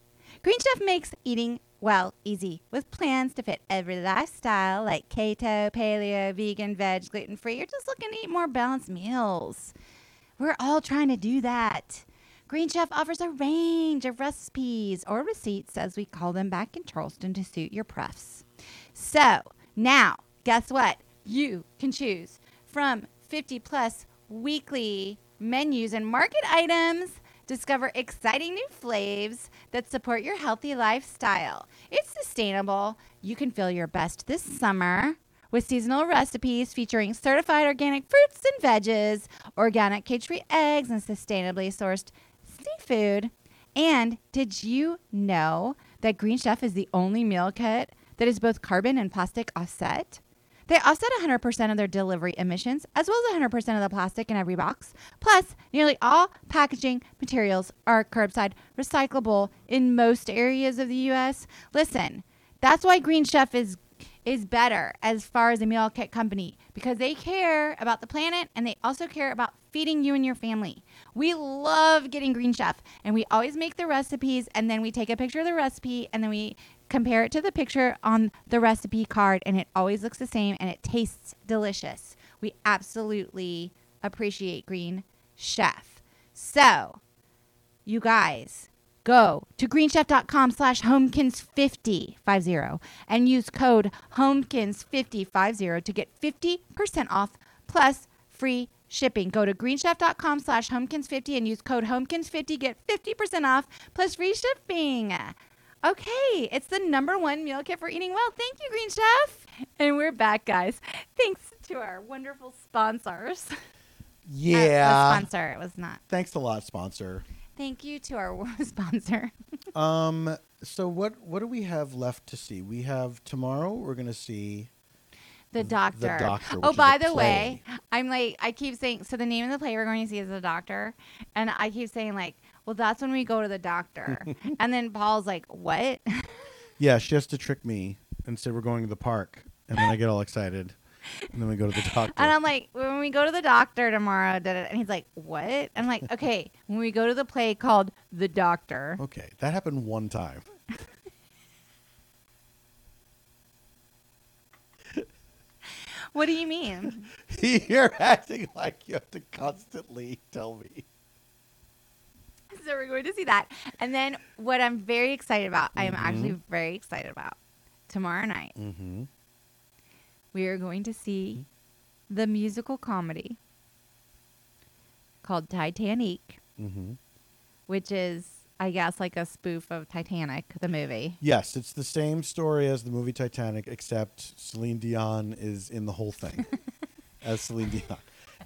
S2: Green Chef makes eating well easy with plans to fit every lifestyle like keto, paleo, vegan, veg, gluten free. You're just looking to eat more balanced meals. We're all trying to do that. Green Chef offers a range of recipes or receipts, as we call them back in Charleston, to suit your prefs. So now, guess what? You can choose from 50 plus weekly menus and market items. Discover exciting new flavors that support your healthy lifestyle. It's sustainable. You can feel your best this summer with seasonal recipes featuring certified organic fruits and veggies, organic cage free eggs, and sustainably sourced seafood. And did you know that Green Chef is the only meal kit that is both carbon and plastic offset? They offset 100% of their delivery emissions, as well as 100% of the plastic in every box. Plus, nearly all packaging materials are curbside recyclable in most areas of the U.S. Listen, that's why Green Chef is is better as far as a meal kit company because they care about the planet and they also care about feeding you and your family. We love getting Green Chef and we always make the recipes and then we take a picture of the recipe and then we compare it to the picture on the recipe card and it always looks the same and it tastes delicious. We absolutely appreciate Green Chef. So, you guys go to greenchef.com slash homekins50 50 and use code homekins50 50 to get 50% off plus free shipping go to greenchef.com slash homekins50 and use code homekins50 get 50% off plus free shipping okay it's the number one meal kit for eating well thank you green chef and we're back guys thanks to our wonderful sponsors Uh, the
S1: Yeah.
S2: sponsor it was not
S1: Thanks a lot, sponsor.
S2: Thank you to our sponsor.
S1: Um, so what what do we have left to see? We have tomorrow. We're gonna see.
S2: The doctor.
S1: Doctor, which
S2: oh,
S1: is
S2: by
S1: a
S2: the
S1: play.
S2: way, I'm like I keep saying. So the name of the play we're going to see is the doctor, and I keep saying like, well, that's when we go to the doctor, and then Paul's like, what?
S1: Yeah, she has to trick me and say we're going to the park, and then I get all excited, and then we go to the doctor.
S2: And I'm like, when we go to the doctor tomorrow, da, da, da." and he's like, what? I'm like, okay, when we go to the play called The Doctor.
S1: okay, that happened one time.
S2: What do you mean?
S1: You're acting like you have to constantly tell me.
S2: so we're going to see that, and then what I'm very excited about, I am actually very excited about tomorrow night.
S1: Mm-hmm.
S2: we are going to see
S1: Mm-hmm.
S2: the musical comedy called Titanic,
S1: Mm-hmm.
S2: which is, I guess, like a spoof of Titanic, the movie.
S1: Yes, it's the same story as the movie Titanic, except Celine Dion is in the whole thing as Celine Dion.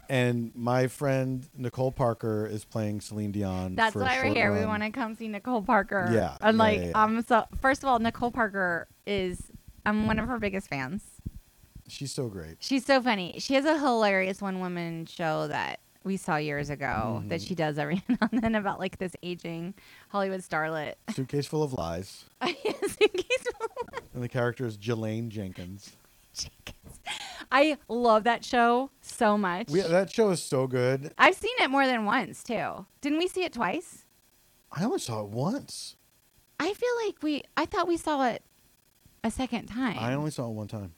S1: And my friend Nicole Parker is playing Celine Dion.
S2: That's
S1: for a
S2: why we're
S1: short
S2: here. We
S1: run.
S2: want to come see Nicole Parker.
S1: Yeah,
S2: And
S1: yeah,
S2: like,
S1: yeah, yeah.
S2: um, so first of all, Nicole Parker is, I'm one of her biggest fans.
S1: She's so great.
S2: She's so funny. She has a hilarious one woman show that we saw years ago that
S1: Mhm.
S2: she does every now and then about like this aging Hollywood starlet.
S1: Suitcase full of lies,
S2: Yes, in case
S1: and the character is Jelaine Jenkins.
S2: Jenkins. I love that show so much.
S1: We, that show is so good.
S2: I've seen it more than once too. Didn't we see it twice?
S1: I only saw it once.
S2: I feel like we. I thought we saw it a second time.
S1: I only saw it one time.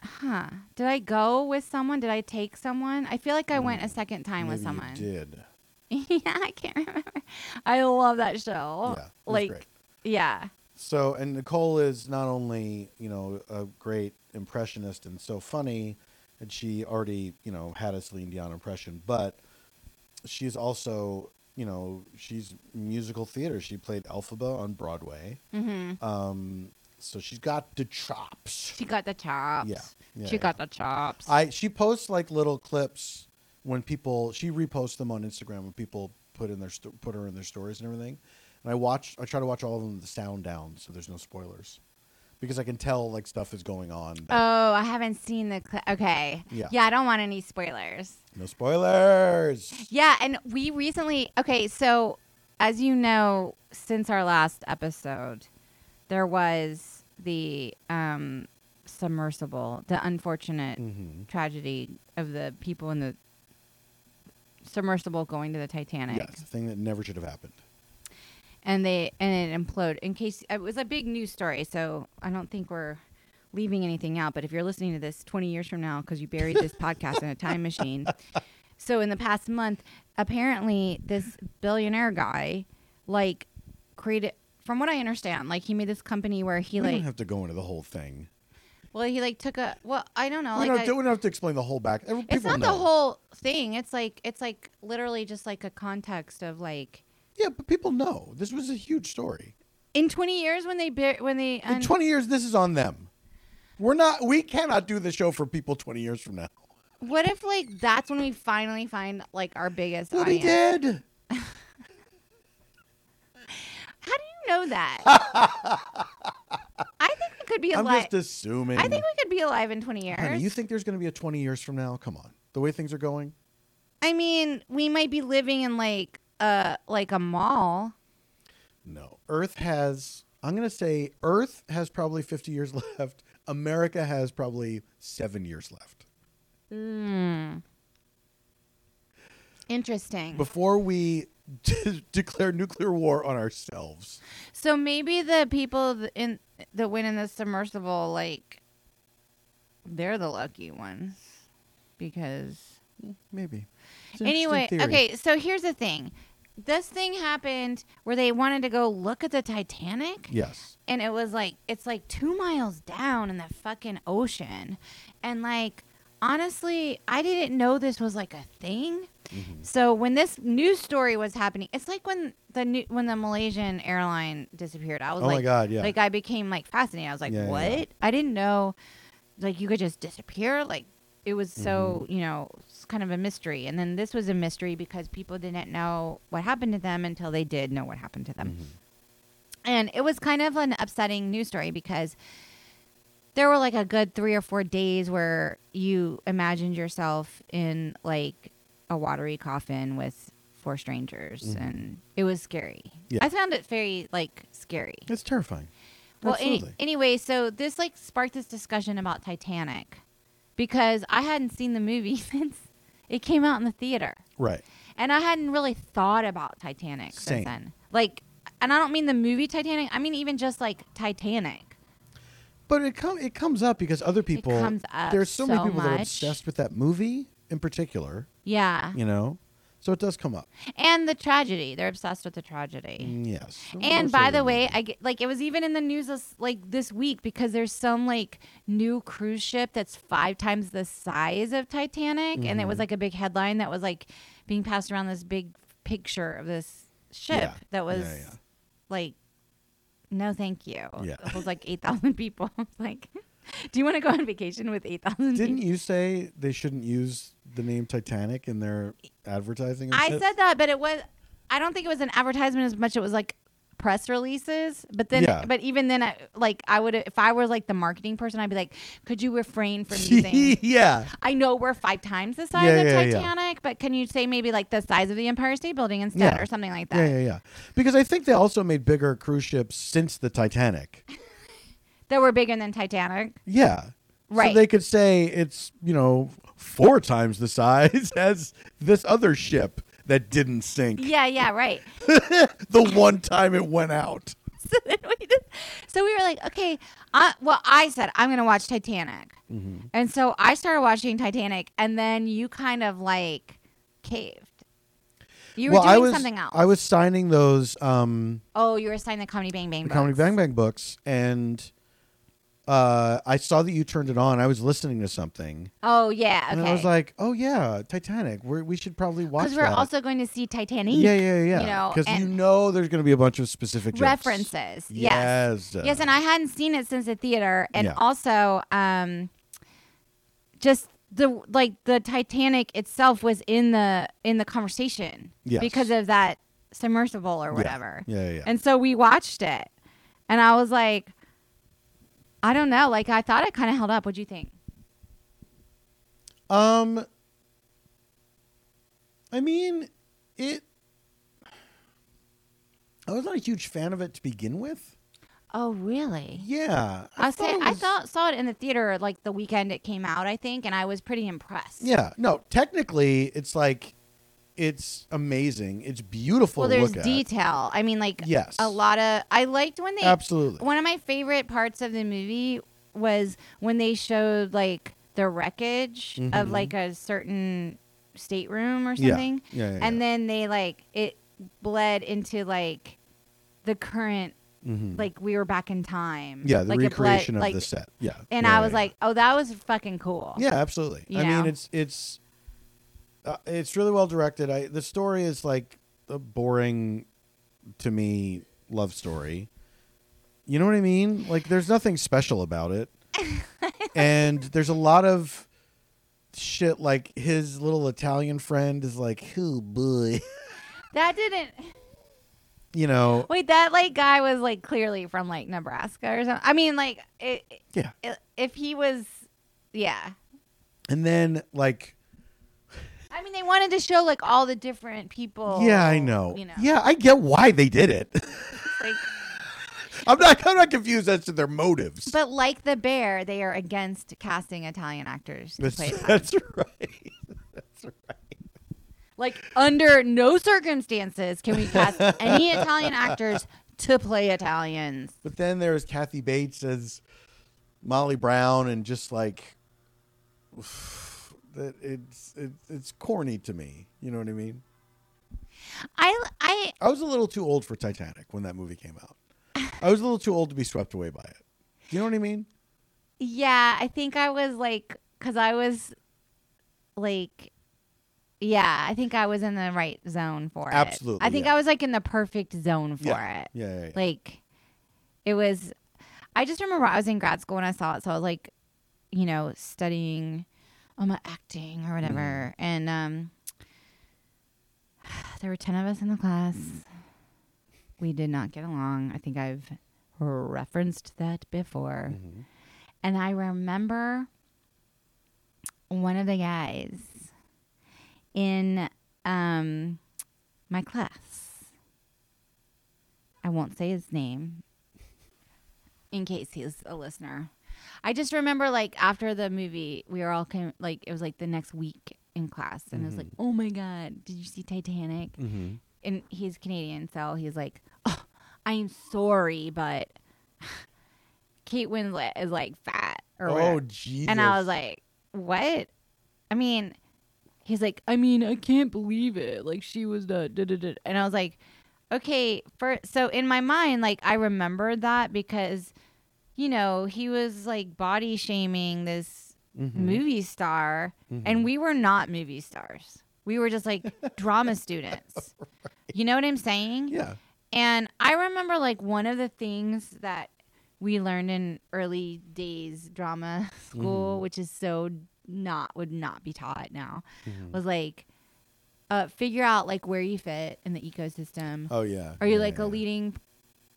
S2: Huh? Did I go with someone? Did I take someone? I feel like I went a second time with
S1: Maybe
S2: someone.
S1: You did.
S2: yeah, I can't remember. I love that show.
S1: Yeah, it was
S2: like,
S1: great.
S2: yeah.
S1: So, and Nicole is not only, you know, a great impressionist and so funny, and she already, you know, had a Celine Dion impression, but she's also, you know, she's musical theater. She played Elphaba on Broadway.
S2: Mm-hmm.
S1: Um, so she's got the chops.
S2: She got the chops.
S1: Yeah, yeah,
S2: she
S1: yeah.
S2: got the chops.
S1: I she posts like little clips when people she reposts them on Instagram when people put in their sto- put her in their stories and everything. and I watch. I try to watch all of them with the sound down, so there's no spoilers, because I can tell like stuff is going on. but
S2: Oh, I haven't seen the clip. Okay.
S1: Yeah.
S2: I don't want any spoilers.
S1: No spoilers.
S2: Yeah, and we recently okay, so as you know, since our last episode, there was the um submersible, the unfortunate
S1: Mm-hmm.
S2: tragedy of the people in the submersible going to the Titanic.
S1: Yes, the thing that never should have happened.
S2: And they and it imploded. In case it was a big news story, so I don't think we're leaving anything out, but if you're listening to this 20 years from now cuz you buried this podcast in a time machine, so in the past month, apparently this billionaire guy like created from what I understand, like he made this company where he
S1: We don't
S2: like
S1: have to go into the whole thing.
S2: well he like took a well, I don't know,
S1: we,
S2: like
S1: don't,
S2: I-
S1: we don't have to explain the whole back. Every-
S2: it's
S1: people
S2: not
S1: know.
S2: the whole thing. It's like it's like literally just like a context of like
S1: Yeah, but people know this was a huge story.
S2: in 20 years when they bur- when they
S1: In
S2: un-
S1: 20 years, this is on them. We're not. We cannot do the show for people 20 years from now.
S2: what if like that's when we finally find like our biggest
S1: Well, they
S2: audience?
S1: did.
S2: How do you know that? I think we could be
S1: I'm
S2: alive.
S1: just assuming.
S2: I think we could be alive in 20 years.
S1: Honey, you think there's going to be a 20 years from now? Come on. The way things are going.
S2: I mean, we might be living in like uh like a mall.
S1: No. Earth has, I'm going to say Earth has probably 50 years left. America has probably seven years left.
S2: Hmm. Interesting.
S1: Before we de- declare nuclear war on ourselves.
S2: So maybe the people th- in that win in the submersible, like, they're the lucky ones because.
S1: Mm, Maybe. It's an
S2: Anyway,
S1: interesting theory.
S2: okay. So here's the thing: this thing happened where they wanted to go look at the Titanic,
S1: Yes.
S2: and it was like it's like two miles down in the fucking ocean, and like honestly, I didn't know this was like a thing.
S1: Mm-hmm.
S2: So when this news story was happening, it's like when the new, when the Malaysian airline disappeared. I was
S1: Oh my
S2: like,
S1: God, yeah.
S2: like I became like fascinated. I was like,
S1: Yeah, yeah,
S2: what?
S1: yeah.
S2: I didn't know, like you could just disappear. Like it was so
S1: Mm-hmm.
S2: you know it's kind of a mystery. And then this was a mystery because people didn't know what happened to them until they did know what happened to them.
S1: Mm-hmm.
S2: And it was kind of an upsetting news story because there were like a good three or four days where you imagined yourself in like a watery coffin with four strangers
S1: Mhm.
S2: and it was scary
S1: Yeah.
S2: i found it very like scary
S1: It's terrifying.
S2: well any-
S1: Absolutely.
S2: anyway so this like sparked this discussion about titanic because i hadn't seen the movie since it came out in the theater
S1: right.
S2: and I hadn't really thought about Titanic
S1: Same.
S2: since then. Like, and I don't mean the movie Titanic. I mean even just like Titanic.
S1: But it com- it comes up because other people
S2: comes up
S1: there's so, many
S2: so
S1: people that are
S2: much.
S1: obsessed with that movie in particular,
S2: Yeah.
S1: you know. So it does come up.
S2: And the tragedy. They're obsessed with the tragedy.
S1: Mm, Yes.
S2: And
S1: More so
S2: by the
S1: than
S2: way,
S1: movie.
S2: I get, like it was even in the news this, like this week because there's some like new cruise ship that's five times the size of Titanic, and
S1: Mm-hmm.
S2: it was like a big headline that was like being passed around this big picture of this ship
S1: Yeah.
S2: that was
S1: Yeah, yeah.
S2: like, no, thank you.
S1: Yeah.
S2: It was like eight thousand people. I was like, do you want to go on vacation with eight thousand?
S1: Didn't you say they shouldn't use the name Titanic in their advertising? and
S2: I
S1: shit?
S2: said that, but it was. I don't think it was an advertisement as much. It was like press releases. But then,
S1: Yeah.
S2: but even then, I, like I would, if I were like the marketing person, I'd be like, could you refrain from using?
S1: yeah.
S2: I know we're five times the size
S1: Yeah,
S2: of
S1: yeah, yeah.
S2: Titanic, but can you say maybe like the size of the Empire State Building instead,
S1: Yeah.
S2: or something like that?
S1: Yeah, yeah, yeah. Because I think they also made bigger cruise ships since the Titanic.
S2: That were bigger than Titanic.
S1: Yeah.
S2: Right.
S1: So they could say it's, you know, four times the size as this other ship that didn't sink
S2: Yeah, yeah, right.
S1: the one time it went out.
S2: so then we just, so we were like, okay, I, well, I said I'm gonna watch Titanic,
S1: Mm-hmm.
S2: and so I started watching Titanic, and then you kind of like caved. You were
S1: well,
S2: doing
S1: I was
S2: something else.
S1: I was signing those um
S2: oh, you were assigned the comedy Bang Bang.
S1: the Comedy
S2: books.
S1: Bang Bang books and uh, I saw that you turned it on. I was listening to something,
S2: Oh yeah, okay.
S1: and I was like, "Oh yeah, Titanic. We're, we should probably watch."
S2: because we're
S1: that.
S2: also going to see Titanic.
S1: yeah, yeah, yeah.
S2: You know,
S1: because you
S2: and
S1: know there's going to be a bunch of specific jokes.
S2: references. Yes.
S1: Yes.
S2: Yes, and I hadn't seen it since the theater, and
S1: Yeah.
S2: also, um, just the like the Titanic itself was in the in the conversation
S1: Yes.
S2: because of that submersible or whatever.
S1: Yeah, yeah, yeah.
S2: And so we watched it, and I was like, I don't know. Like I thought it kind of held up. What do you think?
S1: Um, I mean, it. I was not a huge fan of it to begin with.
S2: Oh, really?
S1: Yeah,
S2: I say
S1: it
S2: I
S1: was-
S2: thought saw it in the theater like the weekend it came out, I think, and I was pretty impressed.
S1: Yeah, no. Technically, it's like, it's amazing. It's beautiful.
S2: Well,
S1: to
S2: there's
S1: look at.
S2: detail. I mean, like
S1: Yes.
S2: a lot of. I liked when they
S1: Absolutely.
S2: One of my favorite parts of the movie was when they showed like the wreckage of
S1: Mhm.
S2: like a certain stateroom or
S1: Yeah.
S2: something.
S1: Yeah, yeah,
S2: And
S1: yeah.
S2: then they like it bled into like the current
S1: Mhm.
S2: like we were back in time.
S1: yeah, the
S2: like, it bled-
S1: recreation of
S2: like-
S1: the set. Yeah,
S2: And
S1: Yeah,
S2: I
S1: yeah,
S2: was
S1: yeah.
S2: like, "Oh, that was fucking cool."
S1: Yeah, absolutely.
S2: You
S1: I
S2: know?
S1: mean, it's it's uh, it's really well directed. I the story is like a boring to me love story. You know what I mean? Like there's nothing special about it. and there's a lot of shit like his little Italian friend is like, "Oh boy."
S2: That didn't
S1: You know,
S2: Wait, that like guy was like clearly from like Nebraska or something. I mean, like it,
S1: yeah.
S2: it, if he was yeah.
S1: And then like
S2: I mean, they wanted to show like all the different people.
S1: yeah, I know.
S2: Oh, You know,
S1: Yeah, I get why they did it.
S2: like-
S1: I'm not I'm not confused as to their motives.
S2: but like the bear, they are against casting Italian actors. To
S1: That's,
S2: play Italian.
S1: that's right.
S2: Like under no circumstances can we cast any Italian actors to play Italians.
S1: But then there's Kathy Bates as Molly Brown, and just like that, it's it, it's corny to me. You know what I mean?
S2: I I
S1: I was a little too old for Titanic when that movie came out. I was a little too old to be swept away by it. You know what I mean?
S2: yeah, I think I was like cuz I was like yeah, I think I was in the right zone for it.
S1: Absolutely,
S2: I think
S1: yeah.
S2: I was like in the perfect zone for
S1: yeah.
S2: it.
S1: Yeah, yeah, yeah.
S2: like it was i just remember i was in grad school when i saw it so i was like you know studying um acting or whatever and um there were 10 of us in the class we did not get along i think i've referenced that before
S1: Mhm.
S2: and i remember one of the guys in um my class I won't say his name in case he's a listener. I just remember like after the movie, we were all came like it was like the next week in class, and it was like, oh my god, did you see Titanic?
S1: Mhm.
S2: And he's Canadian, so he's like, oh, I'm sorry, but Kate Winslet is like fat or
S1: Oh
S2: whatever.
S1: Jesus!
S2: And I was like, what? I mean, he's like, I mean, I can't believe it. Like, she was the. da da da." And I was like, okay. For, so in my mind, like, I remembered that because, you know, he was like body shaming this
S1: Mhm.
S2: movie star. And we were not movie stars. We were just like drama students. You know what I'm saying?
S1: yeah,
S2: And I remember like one of the things that we learned in early days drama school, which is so not would not be taught now, was like uh, figure out like where you fit in the ecosystem.
S1: oh yeah.
S2: Are you
S1: Yeah,
S2: like
S1: yeah,
S2: a
S1: yeah.
S2: leading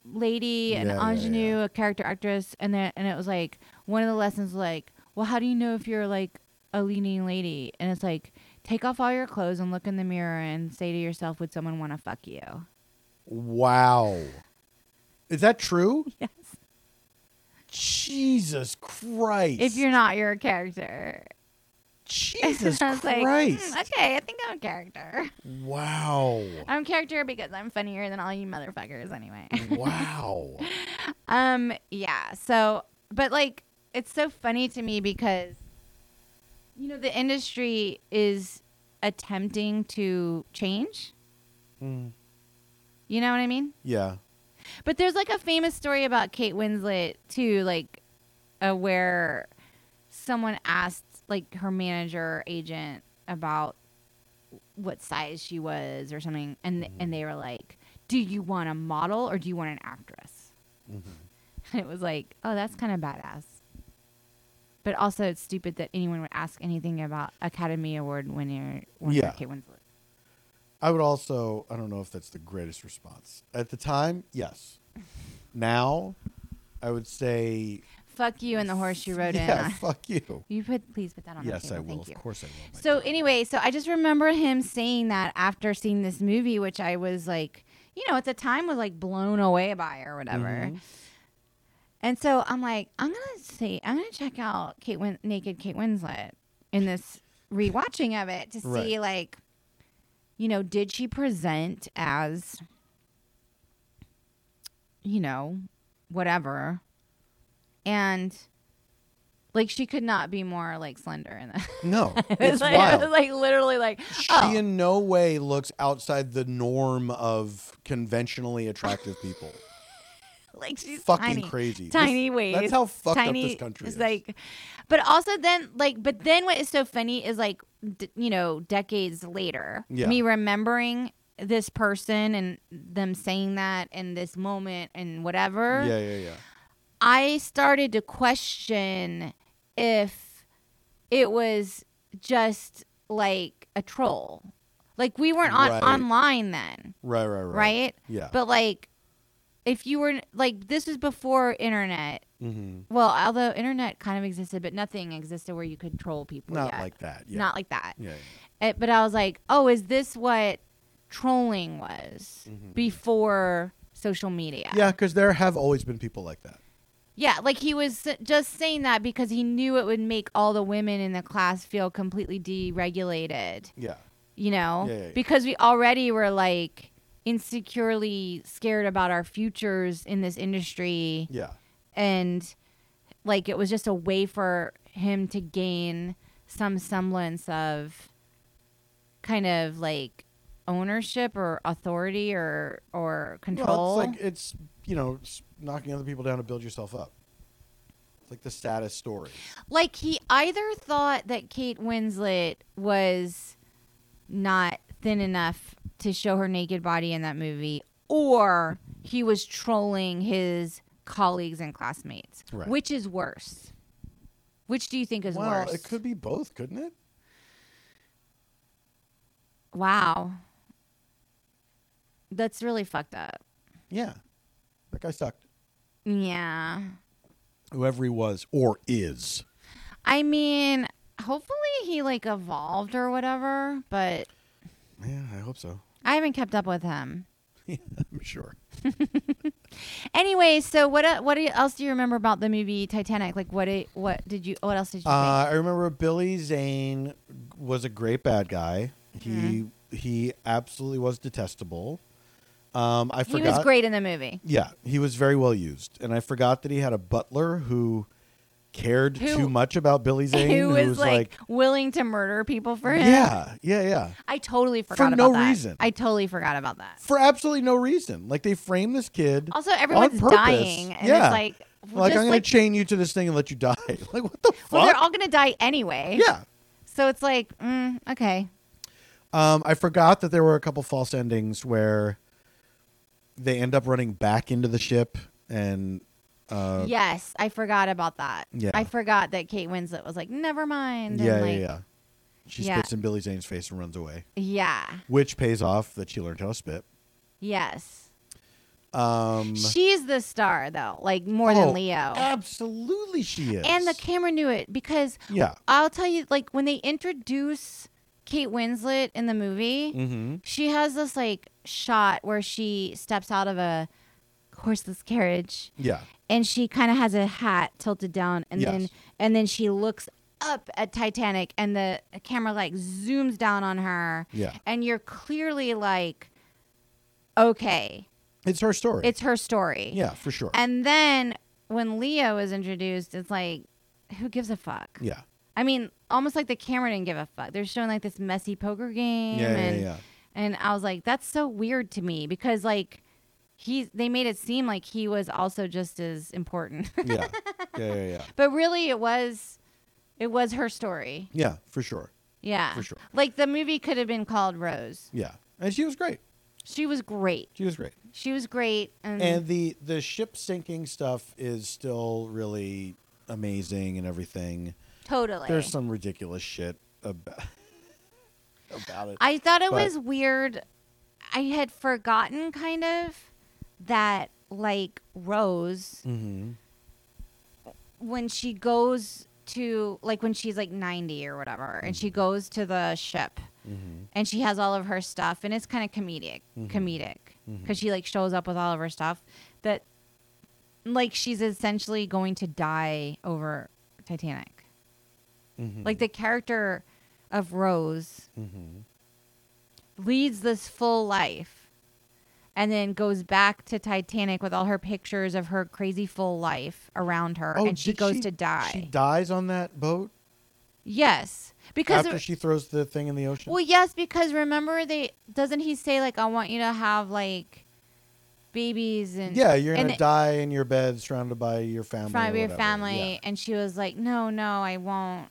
S2: lady, an
S1: Yeah, yeah,
S2: ingenue,
S1: yeah.
S2: a character actress? And then and it was like one of the lessons was like, well, how do you know if you're like a leading lady? And it's like take off all your clothes and look in the mirror and say to yourself, would someone want to fuck you?
S1: Wow, is that true?
S2: Yes.
S1: Jesus Christ!
S2: if you're not your character.
S1: Jesus
S2: I was like,
S1: Christ!
S2: "Hmm, okay, I think I'm a character.
S1: Wow.
S2: I'm a character because I'm funnier than all you motherfuckers anyway.
S1: Wow.
S2: um, yeah. So, but like, it's so funny to me because, you know, the industry is attempting to change. You know what I mean?
S1: Mm, Yeah.
S2: But there's like a famous story about Kate Winslet too, like uh, where someone asked like her manager or agent about what size she was or something, and and they were like, "Do you want a model or do you want an actress?"
S1: Mm-hmm.
S2: And it was like, "Oh, that's kind of badass." But also, it's stupid that anyone would ask anything about Academy Award winner, winner
S1: Yeah.
S2: Kate Winslet.
S1: I would also, I don't know if that's the greatest response. At the time, yes. Now, I would say,
S2: Fuck you and the horse you rode
S1: yeah,
S2: in.
S1: fuck you.
S2: You put please put that on.
S1: Yes,
S2: the
S1: I
S2: table.
S1: will.
S2: Thank
S1: Of
S2: you.
S1: course, I will. my
S2: So
S1: God.
S2: anyway, so I just remember him saying that after seeing this movie, which I was like, you know, at the time was like blown away by or whatever.
S1: Mhm.
S2: And so I'm like, I'm gonna see, I'm gonna check out Kate Win- naked Kate Winslet in this rewatching of it to see
S1: Right.
S2: like, you know, did she present as, you know, whatever, and like she could not be more like slender in that.
S1: No,
S2: It
S1: it's
S2: was like, I
S1: wild.
S2: was like literally like,
S1: she
S2: oh,
S1: in no way looks outside the norm of conventionally attractive people.
S2: like she's
S1: Fucking
S2: tiny,
S1: crazy.
S2: tiny
S1: This-
S2: waist.
S1: That's how fucked
S2: tiny,
S1: up this country
S2: it's
S1: is.
S2: Like, but also then like, but then what is so funny is like, d- you know, decades later,
S1: Yeah.
S2: me remembering this person and them saying that and this moment and whatever.
S1: yeah, yeah, yeah.
S2: I started to question if it was just like a troll. Like we weren't on
S1: Right.
S2: online then.
S1: Right, right, right.
S2: right?
S1: Yeah.
S2: But like, if you were like, this was before internet.
S1: mm-hmm.
S2: Well, although internet kind of existed, but nothing existed where you could troll people.
S1: Not
S2: yet.
S1: like that. Yeah.
S2: Not like that.
S1: yeah, yeah.
S2: Eh, but I was like, oh, is this what trolling was before social media?
S1: Mm-hmm. Yeah, because there have always been people like that.
S2: Yeah, like he was s- just saying that because he knew it would make all the women in the class feel completely deregulated.
S1: Yeah.
S2: you know
S1: Yeah, yeah, yeah.
S2: because we already were like insecurely scared about our futures in this industry
S1: Yeah.
S2: and like it was just a way for him to gain some semblance of kind of like ownership or authority or or control
S1: Well, it's like it's you know s- knocking other people down to build yourself up. It's like the saddest story.
S2: like he either thought that Kate Winslet was not thin enough to show her naked body in that movie, or he was trolling his colleagues and classmates.
S1: Right.
S2: Which is worse? Which do you think is
S1: well,
S2: worse?
S1: it could be both, couldn't it?
S2: Wow, that's really fucked up.
S1: Yeah. That guy sucked.
S2: Yeah,
S1: Whoever he was or is.
S2: I mean, hopefully he like evolved or whatever, but
S1: Yeah, I hope so.
S2: I haven't kept up with him.
S1: Yeah, I'm sure.
S2: Anyway, so what uh, what else do you remember about the movie Titanic? Like what it, what did you what else did you
S1: Uh, I remember Billy Zane was a great bad guy. He
S2: Mm-hmm.
S1: he absolutely was detestable. Um, I
S2: think?
S1: forgot.
S2: He was great in the movie.
S1: Yeah, he was very well used, and I forgot that he had a butler who cared
S2: Who-
S1: too much about Billy Zane.
S2: Who was, like, willing to murder people for him?
S1: yeah, yeah, yeah,
S2: I totally forgot about
S1: no
S2: that.
S1: reason.
S2: I totally forgot about that.
S1: for absolutely no reason. Like they framed this kid.
S2: Also, everyone's
S1: purpose.
S2: dying, and
S1: Yeah.
S2: it's like
S1: like
S2: just
S1: I'm gonna
S2: like
S1: chain you to this thing and let you die. Like what the fuck?
S2: well, they're all gonna die anyway.
S1: yeah.
S2: So it's like, mm, okay,
S1: Um, I forgot that there were a couple false endings where they end up running back into the ship, and uh,
S2: yes, I forgot about that.
S1: Yeah.
S2: I forgot that Kate Winslet was like, never mind. and,
S1: yeah, yeah,
S2: like,
S1: yeah. She
S2: Yeah.
S1: spits in Billy Zane's face and runs away,
S2: yeah,
S1: which pays off that she learned how to spit.
S2: yes.
S1: Um,
S2: She's the star though, like more
S1: oh,
S2: than Leo.
S1: Absolutely, she is.
S2: And the camera knew it because
S1: yeah.
S2: I'll tell you, like when they introduce Kate Winslet in the movie,
S1: Mm-hmm.
S2: she has this like shot where she steps out of a horseless carriage
S1: Yeah.
S2: and she kind of has a hat tilted down and
S1: Yes.
S2: then and then she looks up at Titanic and the camera like zooms down on her
S1: Yeah.
S2: and you're clearly like okay
S1: It's her story.
S2: it's her story
S1: yeah, for sure.
S2: and then when Leo is introduced, it's like, who gives a fuck?
S1: yeah.
S2: I mean, almost like the camera didn't give a fuck. They're showing like this messy poker game.
S1: Yeah, yeah,
S2: and,
S1: yeah.
S2: And I was like, that's so weird to me because like he's they made it seem like he was also just as important,
S1: Yeah. yeah, yeah, yeah.
S2: but really it was it was her story.
S1: Yeah, for sure.
S2: Yeah,
S1: For sure.
S2: Like the movie could have been called Rose.
S1: Yeah, and she was great.
S2: She was great.
S1: She was great.
S2: She was great. And,
S1: And the the ship sinking stuff is still really amazing and everything.
S2: totally.
S1: There's some ridiculous shit about about it.
S2: I thought it
S1: But-
S2: was weird I had forgotten kind of that like Rose
S1: Mm-hmm.
S2: when she goes to like when she's like 90 or whatever and she goes to the ship
S1: Mm-hmm.
S2: and she has all of her stuff and it's kind of comedic
S1: Mhm.
S2: comedic
S1: Mhm.
S2: because she like shows up with all of her stuff that like she's essentially going to die over titanic
S1: Mm-hmm.
S2: like the character of rose
S1: Mm-hmm.
S2: leads this full life and then goes back to titanic with all her pictures of her crazy full life around her and Oh, she
S1: Oh, did
S2: goes to die
S1: She dies on that boat
S2: yes because
S1: after she throws the thing in the ocean.
S2: Well, yes, because remember they doesn't he say like I want you to have like babies and
S1: yeah, you're gonna
S2: and
S1: die in your bed, surrounded by your family.
S2: from
S1: or
S2: your
S1: whatever.
S2: family,
S1: Yeah.
S2: and she was like, no, no, I won't.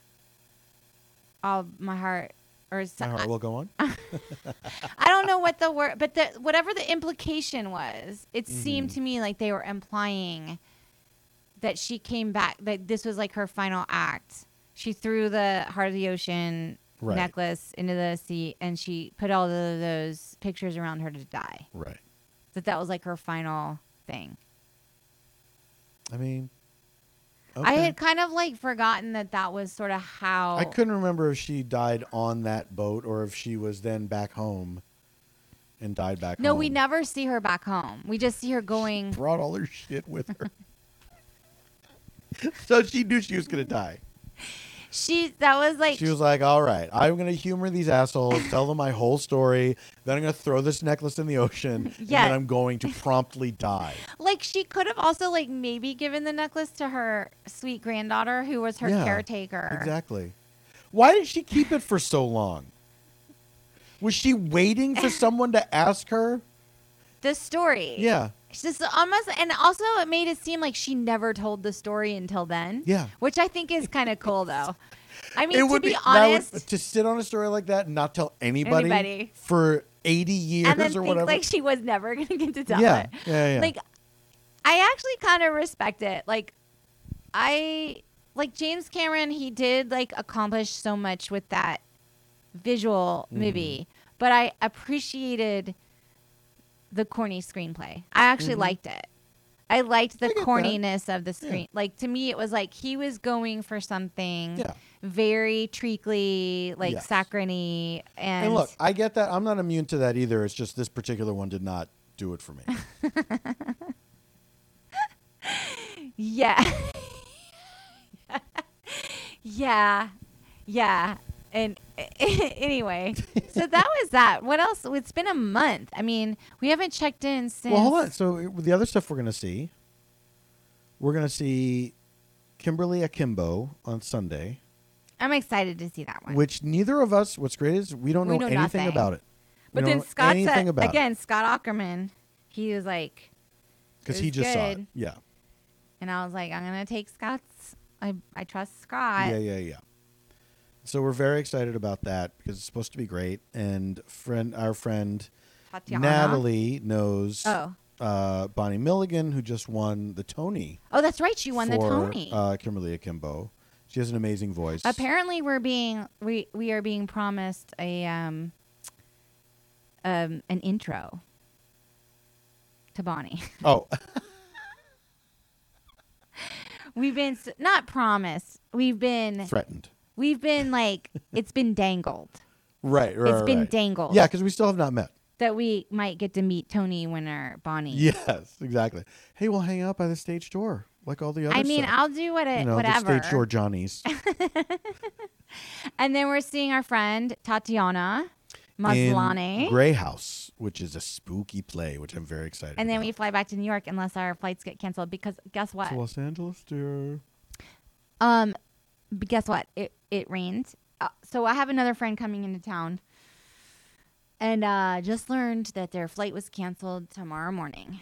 S2: All my heart or so,
S1: My heart will go on.
S2: I don't know what the word, but the, whatever the implication was, it seemed
S1: Mhm.
S2: to me like they were implying that she came back, that this was like her final act. She threw the heart of the ocean
S1: Right.
S2: necklace into the sea, and she put all of those pictures around her to die.
S1: Right.
S2: That that was like her final thing.
S1: I mean, okay.
S2: I had kind of like forgotten that that was sort of how
S1: I couldn't remember if she died on that boat or if she was then back home and died back
S2: No,
S1: home.
S2: we never see her back home. We just see her going.
S1: brought all her shit with her. so she knew she was gonna die.
S2: She that was like
S1: She was like, "All right, I'm gonna humor these assholes, tell them my whole story. Then I'm gonna throw this necklace in the ocean, and
S2: Yeah.
S1: then I'm going to promptly die."
S2: like she could have also like maybe given the necklace to her sweet granddaughter who was her
S1: Yeah,
S2: caretaker.
S1: Exactly. Why did she keep it for so long? Was she waiting for someone to ask her?
S2: The story.
S1: Yeah.
S2: It's just almost and also it made it seem like she never told the story until then.
S1: Yeah.
S2: Which I think is kind of cool though. I mean
S1: it
S2: to
S1: would
S2: be,
S1: that would-
S2: honest
S1: to sit on a story like that and not tell anybody,
S2: Anybody.
S1: for 80 years
S2: and then
S1: or
S2: think
S1: whatever.
S2: like she was never gonna get to tell
S1: yeah,
S2: it.
S1: yeah, yeah.
S2: Like I actually kind of respect it. Like I like James Cameron, he did like accomplish so much with that visual
S1: Mm.
S2: movie, but I appreciated the corny screenplay. I actually
S1: Mhm.
S2: liked it. I liked the
S1: I get that.
S2: corniness of the screen. Like to me it was like he was going for something
S1: Yeah.
S2: very treacly, like
S1: Yes.
S2: saccharine and,
S1: and look, I get that. I'm not immune to that either. It's just this particular one did not do it for me.
S2: Yeah. yeah. Yeah. And anyway, so that was that. What else? It's been a month. I mean, we haven't checked in since.
S1: well, hold on. So uh, the other stuff we're going to see, we're going to see Kimberly Akimbo on Sunday,
S2: I'm excited to see that one.
S1: which neither of us, what's great is we don't
S2: We
S1: know,
S2: know
S1: anything
S2: nothing.
S1: about it. We
S2: but
S1: don't
S2: then
S1: know
S2: Scott
S1: anything
S2: said,
S1: about
S2: again, Scott Ackerman, he was like,
S1: because
S2: it
S1: he
S2: was
S1: just saw it.
S2: good.
S1: Yeah.
S2: and I was like, I'm going to take Scott's. I, I trust Scott.
S1: yeah, yeah, yeah. So we're very excited about that because it's supposed to be great. And friend, our friend
S2: Tatiana.
S1: Natalie knows
S2: Oh.
S1: uh, Bonnie Milligan, who just won the Tony.
S2: Oh, that's right. She won
S1: for,
S2: the Tony.
S1: Uh, Kimberly Akimbo. She has an amazing voice.
S2: Apparently, we're being we we are being promised a um um an intro to Bonnie.
S1: Oh,
S2: We've been s- not promised. We've been
S1: threatened.
S2: we've been like it's been dangled
S1: Right, right.
S2: It's been
S1: right.
S2: dangled.
S1: Yeah, because we still have not met.
S2: that we might get to meet Tony winner Bonnie.
S1: Yes, exactly. Hey, we'll hang out by the stage door like all the other.
S2: I mean,
S1: stuff.
S2: I'll do what it,
S1: you know,
S2: whatever.
S1: the stage door Johnnies
S2: And then we're seeing our friend Tatiana
S1: in
S2: Maslany.
S1: Grey House, which is a spooky play, which I'm very excited.
S2: and then
S1: about.
S2: we fly back to New York unless our flights get canceled because guess what?
S1: to Los Angeles, dear.
S2: Um, but guess what? It it rained. Uh, so I have another friend coming into town, and uh, just learned that their flight was canceled tomorrow morning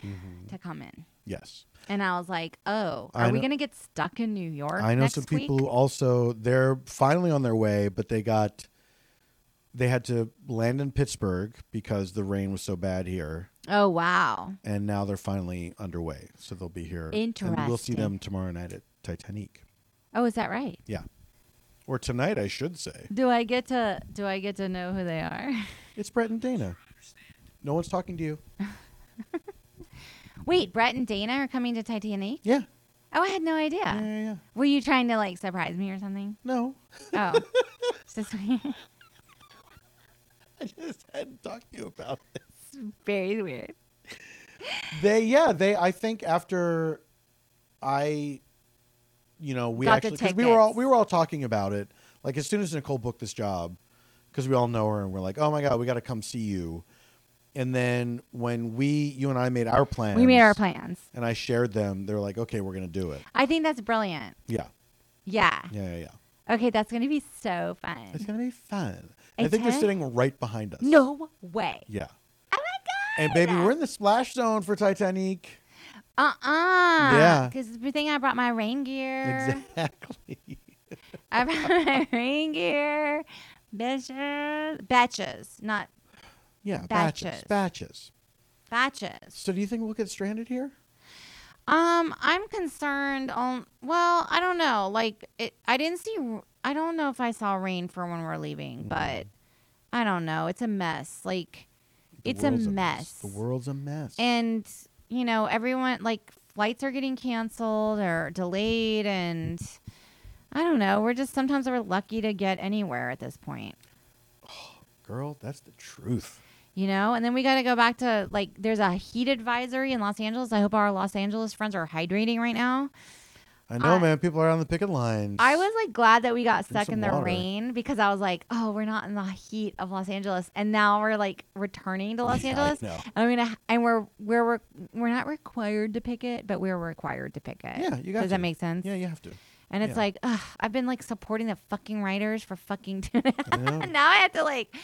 S2: to come in.
S1: Yes,
S2: And I was like, "Oh,
S1: Mm-hmm. I
S2: are we
S1: know-
S2: gonna get stuck in New York?"
S1: I know
S2: next
S1: some people
S2: week?
S1: who also they're finally on their way, but they got they had to land in Pittsburgh because the rain was so bad here.
S2: Oh wow!
S1: and now they're finally underway. So they'll be here. And we'll see
S2: Interesting.
S1: them tomorrow night at Titanic.
S2: Oh, is that right?
S1: Yeah. Or tonight, I should say.
S2: Do I get to do I get to know who they are?
S1: It's Brett and Dana. No one's talking to you.
S2: Wait, Brett and Dana are coming to Titanic?
S1: Yeah.
S2: Oh, I had no idea.
S1: Yeah, yeah, yeah.
S2: Were you trying to like surprise me or something?
S1: No.
S2: Oh. It's just
S1: I just hadn't talked to you about it.
S2: very weird.
S1: They yeah, they I think after I you know, we
S2: Got the
S1: actually cuz we were
S2: tickets.
S1: all we were all talking about it. Like as soon as Nicole booked this job cuz we all know her and we're like, "Oh my god, we got to come see you." And then when we you and I made our plans
S2: We made our plans.
S1: and I shared them, they're like, "Okay, we're going to do it."
S2: I think that's brilliant.
S1: Yeah.
S2: Yeah.
S1: Yeah, yeah, yeah.
S2: Okay, that's going to be so
S1: It's
S2: fun.
S1: going to be fun. I think
S2: Okay.
S1: they're sitting right behind us.
S2: No way.
S1: Yeah.
S2: Oh my
S1: And baby, we're in the splash zone for Titanic.
S2: God. Uh uh
S1: Yeah.
S2: Because we think I brought my rain gear.
S1: Exactly.
S2: I brought my rain gear. Bitches. Batches, not
S1: Yeah,
S2: Batches.
S1: batches. Batches.
S2: batches.
S1: So do you think we'll get stranded here?
S2: Um, I'm concerned on. Well, I don't know. Like, it, I didn't see. r- I don't know if I saw rain for when we're
S1: Mm-hmm.
S2: leaving, but I don't know. It's a mess. Like,
S1: The
S2: it's a
S1: world's
S2: mess.
S1: The world's a mess.
S2: and you know everyone like flights are getting canceled or delayed and i don't know we're just sometimes we're lucky to get anywhere at this point
S1: Girl, that's the truth.
S2: you know and then we got to go back to like there's a heat advisory in los angeles i hope our los angeles friends are hydrating right now
S1: I know,
S2: I-
S1: man. People are on the picket lines.
S2: i was like glad that we got
S1: Drink
S2: stuck in
S1: some
S2: the
S1: water.
S2: rain because i was like oh we're not in the heat of los angeles and now we're like returning to los
S1: Oh, Yeah, I
S2: angeles
S1: know.
S2: and we're gonna and we're we're we're, we're not required to pick it but we're required to pick it
S1: Yeah, you got
S2: does that
S1: to.
S2: make sense
S1: Yeah, you have to.
S2: And it's
S1: Yeah.
S2: like, ugh, I've been like supporting the fucking writers for fucking two and a
S1: I know.
S2: half. now I have to like,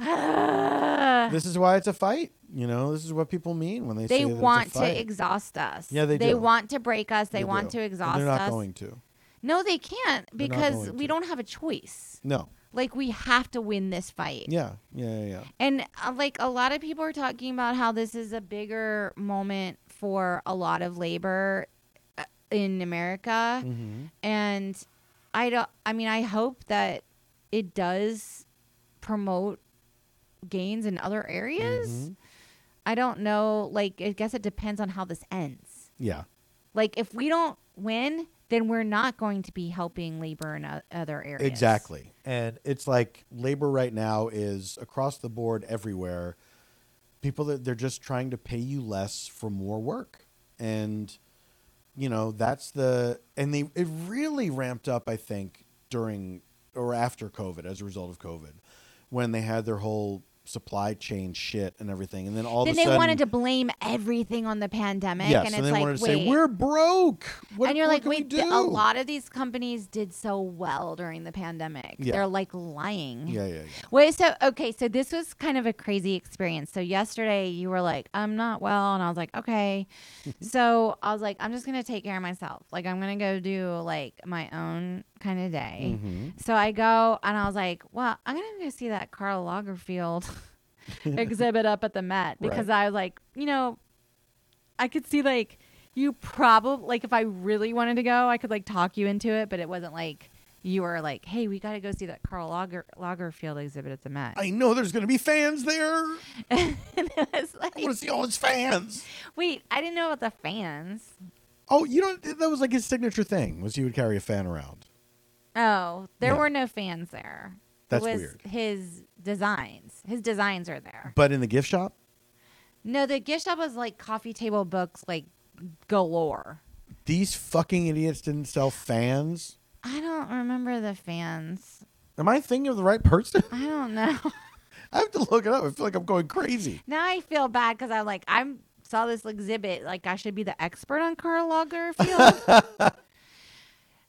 S2: ugh.
S1: This is why it's a fight. You know, this is what people mean when they, say
S2: they
S1: that it's a
S2: want
S1: fight.
S2: to exhaust us.
S1: Yeah, they
S2: They
S1: do.
S2: want to break us. They, want
S1: do.
S2: to
S1: And
S2: exhaust
S1: They're not
S2: us.
S1: going to.
S2: No, they can't
S1: They're not
S2: because
S1: going
S2: we
S1: to.
S2: don't have a choice.
S1: No.
S2: Like we have to win this fight.
S1: Yeah. Yeah. Yeah. yeah.
S2: And uh, like a lot of people are talking about how this is a bigger moment for a lot of labor uh, in America.
S1: hmm
S2: and i don't i mean i hope that it does promote gains in other areas
S1: Mhm.
S2: i don't know like i guess it depends on how this ends
S1: Yeah.
S2: like if we don't win then we're not going to be helping labor in o- other areas
S1: Exactly. And it's like labor right now is across the board everywhere. People that they're just trying to pay you less for more work. And you know, that's the and they it really ramped up I think during or after COVID as a result of COVID when they had their whole supply chain shit and everything. And then all
S2: then
S1: of a
S2: they
S1: sudden
S2: wanted to blame everything on the pandemic
S1: Yes,
S2: and
S1: and,
S2: it's
S1: they
S2: like
S1: wanted to
S2: wait
S1: say we're broke. What,
S2: and you're
S1: what
S2: like,
S1: can we
S2: wait,
S1: do?
S2: th- a lot of these companies did so well during the pandemic.
S1: Yeah.
S2: They're like lying.
S1: Yeah, yeah, yeah.
S2: Wait, so okay, so this was kind of a crazy experience. So yesterday you were like, I'm not well, and I was like, okay. so I was like, I'm just gonna take care of myself. Like I'm gonna go do like my own kind of day.
S1: Mhm.
S2: So I go and I was like, well, I'm gonna go see that Carl Lagerfeld exhibit up at the Met because I was like, you know, I could see like you probably like if I really wanted to go, I could like talk you into it, but it wasn't like you were like, "Hey, we got to go see that Carl Lager- Lagerfeld exhibit at the Met."
S1: I know there's going to be fans there.
S2: and it was
S1: I
S2: like,
S1: want to see all his fans.
S2: "Wait, I didn't know about the fans."
S1: Oh, you know that was like his signature thing was he would carry a fan around.
S2: Oh, there
S1: Yeah.
S2: were no fans there.
S1: That's
S2: it was
S1: weird.
S2: His designs, his designs are there.
S1: But in the gift shop,
S2: No, the gift shop was like coffee table books, like galore.
S1: these fucking idiots didn't sell fans.
S2: I don't remember the fans.
S1: Am I thinking of the right person?
S2: I don't know.
S1: I have to look it up. I feel like I'm going crazy.
S2: Now I feel bad because I'm like I'm saw this exhibit like I should be the expert on Karl Lagerfeld.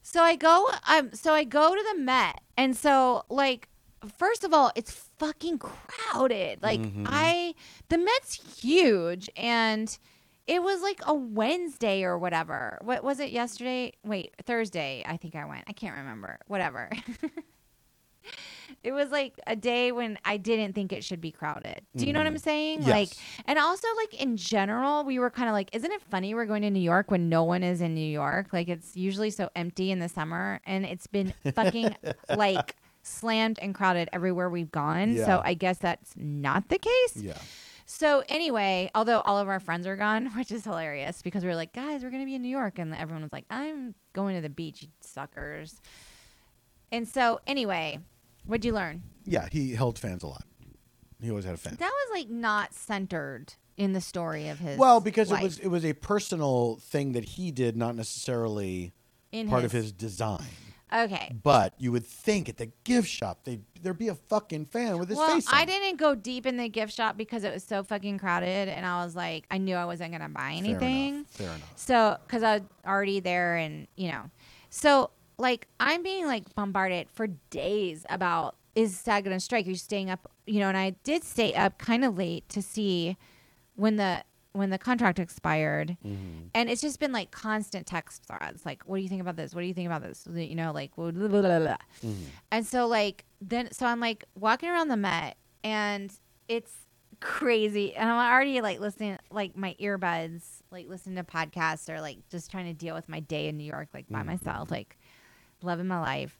S2: so I go um so I go to the Met and so like first of all it's fucking crowded like
S1: Mhm.
S2: I the Met's huge and it was like a Wednesday or whatever what was it yesterday wait Thursday I think I went I can't remember whatever. It was like a day when I didn't think it should be crowded. Do you know what I'm saying?
S1: Yes.
S2: Like and also like in general, we were kind of like, isn't it funny we're going to New York when no one is in New York? Like it's usually so empty in the summer and it's been fucking like slammed and crowded everywhere we've gone.
S1: Yeah.
S2: So I guess that's not the case.
S1: Yeah.
S2: So anyway, although all of our friends are gone, which is hilarious because we were like, guys, we're gonna be in New York, and everyone was like, I'm going to the beach, you suckers. And so anyway, what'd you learn?
S1: Yeah, he held fans a lot. He always had a fan.
S2: That was like not centered in the story of his.
S1: well, because
S2: life.
S1: it was it was a personal thing that he did, not necessarily
S2: in
S1: part of his design.
S2: Okay.
S1: But you would think at the gift shop they there'd be a fucking fan with his
S2: well,
S1: face.
S2: I
S1: on.
S2: didn't go deep in the gift shop because it was so fucking crowded, and I was like, I knew I wasn't gonna
S1: Fair
S2: buy
S1: enough,
S2: anything.
S1: Fair enough.
S2: So, because I was already there, and you know, so like I'm being like bombarded for days about is SAG gonna strike? Are you staying up? You know, and I did stay up kind of late to see when the when the contract expired, and it's just been like constant text threads. Like, what do you think about this? What do you think about this? You know, like, blah, blah, blah, blah, blah. and so like then so I'm like walking around the Met, and it's crazy, and I'm already like listening like my earbuds, like listening to podcasts or like just trying to deal with my day in New York like by myself, like loving my life,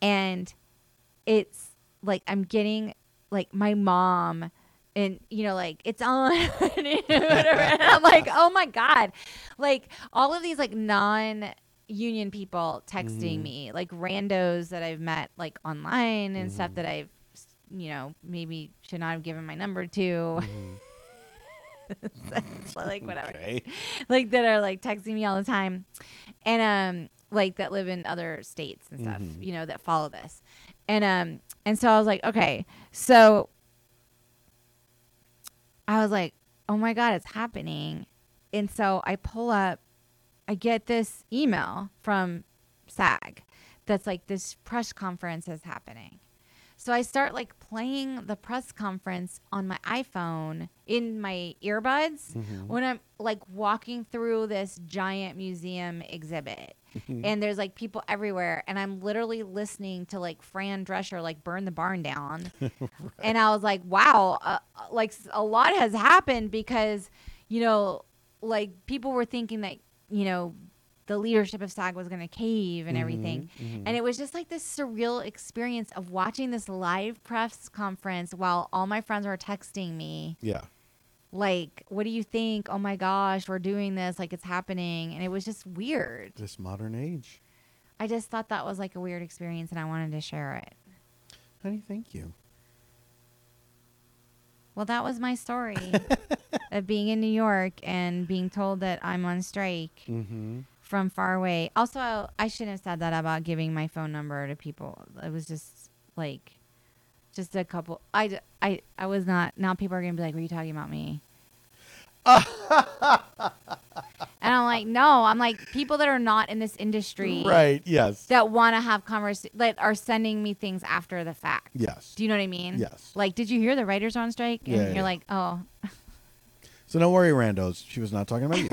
S2: and it's like I'm getting like my mom and you know like it's on and whatever. And I'm like, "Oh my god." Like all of these like non union people texting
S1: Mhm.
S2: me, like randos that I've met like online and stuff that I've you know, maybe should not have given my number to.
S1: Mm-hmm.
S2: So, like whatever
S1: Okay.
S2: like that are like texting me all the time and um like that live in other states and stuff
S1: Mhm.
S2: you know that follow this and um and so i was like okay so i was like oh my god it's happening and so i pull up i get this email from sag that's like this press conference is happening so I start like playing the press conference on my iPhone in my earbuds when I'm like walking through this giant museum exhibit.
S1: Mm-hmm.
S2: and there's like people everywhere and I'm literally listening to like Fran Drescher like burn the barn down. And I was like, wow, uh, uh, like s- a lot has happened because you know, like people were thinking that, you know, the leadership of SAG was going to cave and everything. And it was just like this surreal experience of watching this live press conference while all my friends were texting me,
S1: Yeah.
S2: like, what do you think? Oh my gosh, we're doing this. Like, it's happening. And it was just weird.
S1: This modern age.
S2: I just thought that was like a weird experience and I wanted to share it.
S1: Honey, thank you.
S2: Well, that was my story of being in New York and being told that I'm on strike
S1: Mm-hmm.
S2: from far away. Also, I shouldn't have said that about giving my phone number to people. It was just like, just a couple. I, d- I, I was not. Now people are gonna be like, "Were you talking about me?" and I'm like, no. I'm like people that are not in this industry,
S1: Right. Yes.
S2: That want to have convers that are sending me things after the fact.
S1: yes.
S2: Do you know what I mean?
S1: Yes.
S2: Like, did you hear the writers are on strike? And
S1: Yeah,
S2: you're
S1: yeah.
S2: like, oh,
S1: So don't worry, randos. She was not talking about you.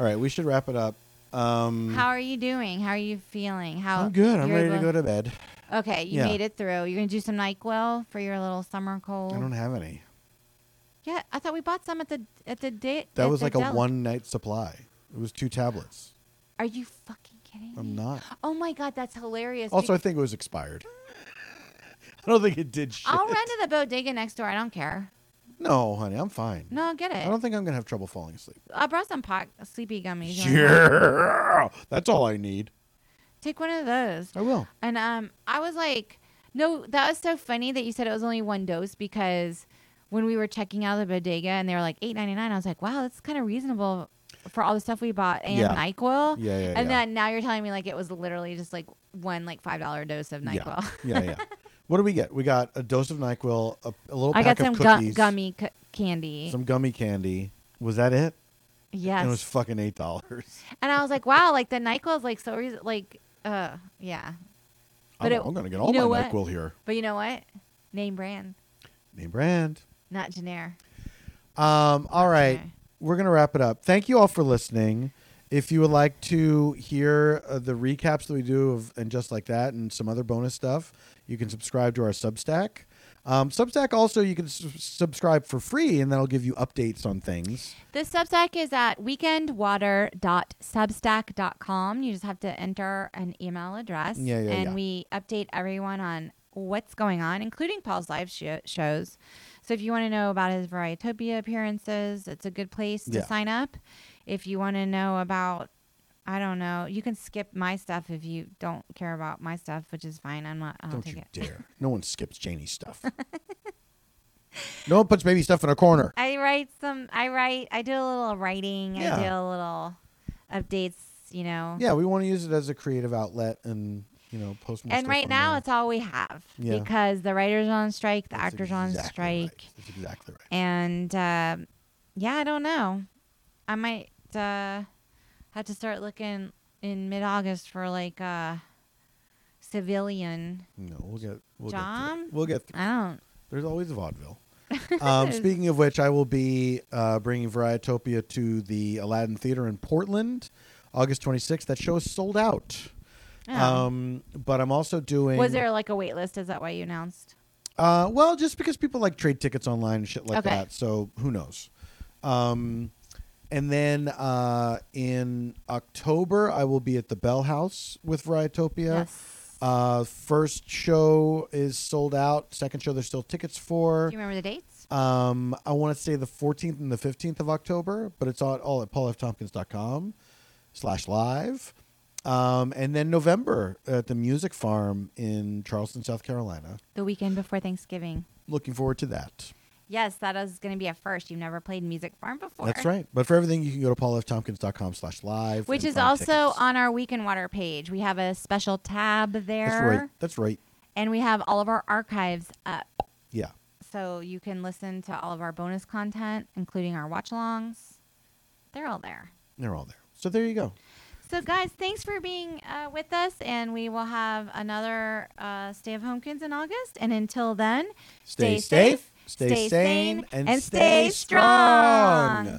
S1: All right, we should wrap it up. Um,
S2: how are you doing? How are you feeling? How
S1: I'm good. I'm
S2: you're
S1: ready to
S2: able-
S1: go to bed.
S2: Okay, you
S1: Yeah.
S2: made it through. You're gonna do some Nyquil for your little summer cold.
S1: I don't have any.
S2: yeah, I thought we bought some at the at the date.
S1: That was like a one night supply. It was two tablets.
S2: Are you fucking kidding?
S1: I'm
S2: me?
S1: not.
S2: Oh my god, that's hilarious.
S1: Also, I
S2: Bec-
S1: think it was expired. I don't think it did shit.
S2: I'll run to the bodega next door. I don't care.
S1: No, honey, I'm fine.
S2: No, I'll get it.
S1: I
S2: I,
S1: don't think I'm gonna have trouble falling asleep.
S2: brought some pot sleepy gummies. You wanna have-
S1: Yeah, that's all I need.
S2: Take one of those.
S1: I will.
S2: And um, I was like, no, that was so funny that you said it was only one dose because when we were checking out of the bodega and they were like eight ninety nine, I was like, wow, that's kind of reasonable for all the stuff we bought and
S1: Yeah.
S2: Nyquil.
S1: Yeah, yeah, yeah.
S2: and then now you're telling me like it was literally just like one like five dollar dose of Nyquil.
S1: Yeah, yeah, yeah. what do we get? We got a dose of Nyquil, a, a little
S2: I
S1: pack
S2: got some
S1: of
S2: gu-
S1: cookies,
S2: gummy c- candy.
S1: some gummy candy. Was that it?
S2: yes,
S1: And it was fucking eight dollars.
S2: and I was like, wow, like the Nyquil is like so reason- like uh yeah, But
S1: I'm,
S2: it-
S1: I'm gonna get
S2: you
S1: all
S2: know
S1: my
S2: what?
S1: Nyquil here.
S2: but you know what? Name brand,
S1: Name brand.
S2: not generic.
S1: Um, all right,
S2: Okay.
S1: we're gonna wrap it up. Thank you all for listening. If you would like to hear uh, the recaps that we do of and just like that and some other bonus stuff, you can subscribe to our Substack. Um, Substack also you can s- subscribe for free, and that'll give you updates on things.
S2: The Substack is at weekendwater.substack.com. You just have to enter an email address.
S1: Yeah, yeah,
S2: And
S1: yeah.
S2: we update everyone on what's going on, including Paul's live sho- shows. So if you want to know about his Varietopia appearances, it's a good place to
S1: Yeah.
S2: sign up. If you want to know about, I don't know, you can skip my stuff if you don't care about my stuff, which is fine. I'm not. I'll
S1: Don't
S2: take
S1: you
S2: it.
S1: dare. No one skips Janie's stuff. no one puts baby stuff in a corner.
S2: I write some. I write. I do a little writing.
S1: Yeah.
S2: I do a little updates. You know.
S1: Yeah, we want to use it as a creative outlet and, you know, post more
S2: And
S1: stuff
S2: right
S1: on
S2: now,
S1: there.
S2: it's all we have
S1: Yeah.
S2: because the writers on strike, the
S1: That's
S2: actors on
S1: exactly right.
S2: strike,
S1: That's exactly right.
S2: and uh, yeah, I don't know. I might uh, have to start looking in mid-August for like a civilian.
S1: No, we'll get we'll get
S2: Dom?
S1: through. it. We'll get through. it.
S2: I don't.
S1: There's always vaudeville. um, speaking of which, I will be uh, bringing Varietopia to the Aladdin Theater in Portland, August 26th. That show is sold out.
S2: Oh.
S1: Um, but I'm also doing.
S2: Was there like a wait list? Is that why you announced?
S1: Uh, well, just because people like trade tickets online and shit like
S2: Okay.
S1: that. So who knows? Um, and then uh, in October, I will be at the Bell House with Varietopia.
S2: Yes.
S1: Uh, first show is sold out. Second show, there's still tickets
S2: Do
S1: for.
S2: you remember the dates?
S1: Um, I want to say the 14th and the 15th of October, but it's all, all at paulftompkins.com slash live. Um, and then November at the Music Farm in Charleston, South Carolina.
S2: The weekend before Thanksgiving.
S1: Looking forward to that.
S2: Yes, that is going to be a first. You've never played Music Farm before.
S1: That's right. But for everything, you can go to paulftompkins.com slash live.
S2: Which
S1: and
S2: is
S1: find
S2: also
S1: tickets.
S2: on our Weekend Water page. We have a special tab there.
S1: That's right. That's right.
S2: And we have all of our archives up.
S1: Yeah.
S2: So you can listen to all of our bonus content, including our watch alongs. They're all there.
S1: They're all there. So there you go.
S2: So, guys, thanks for being uh, with us. And we will have another uh, Stay of Homekins in August. And until then,
S1: Stay,
S2: Stay
S1: safe, stay, sane, and,
S2: and stay strong.
S1: strong.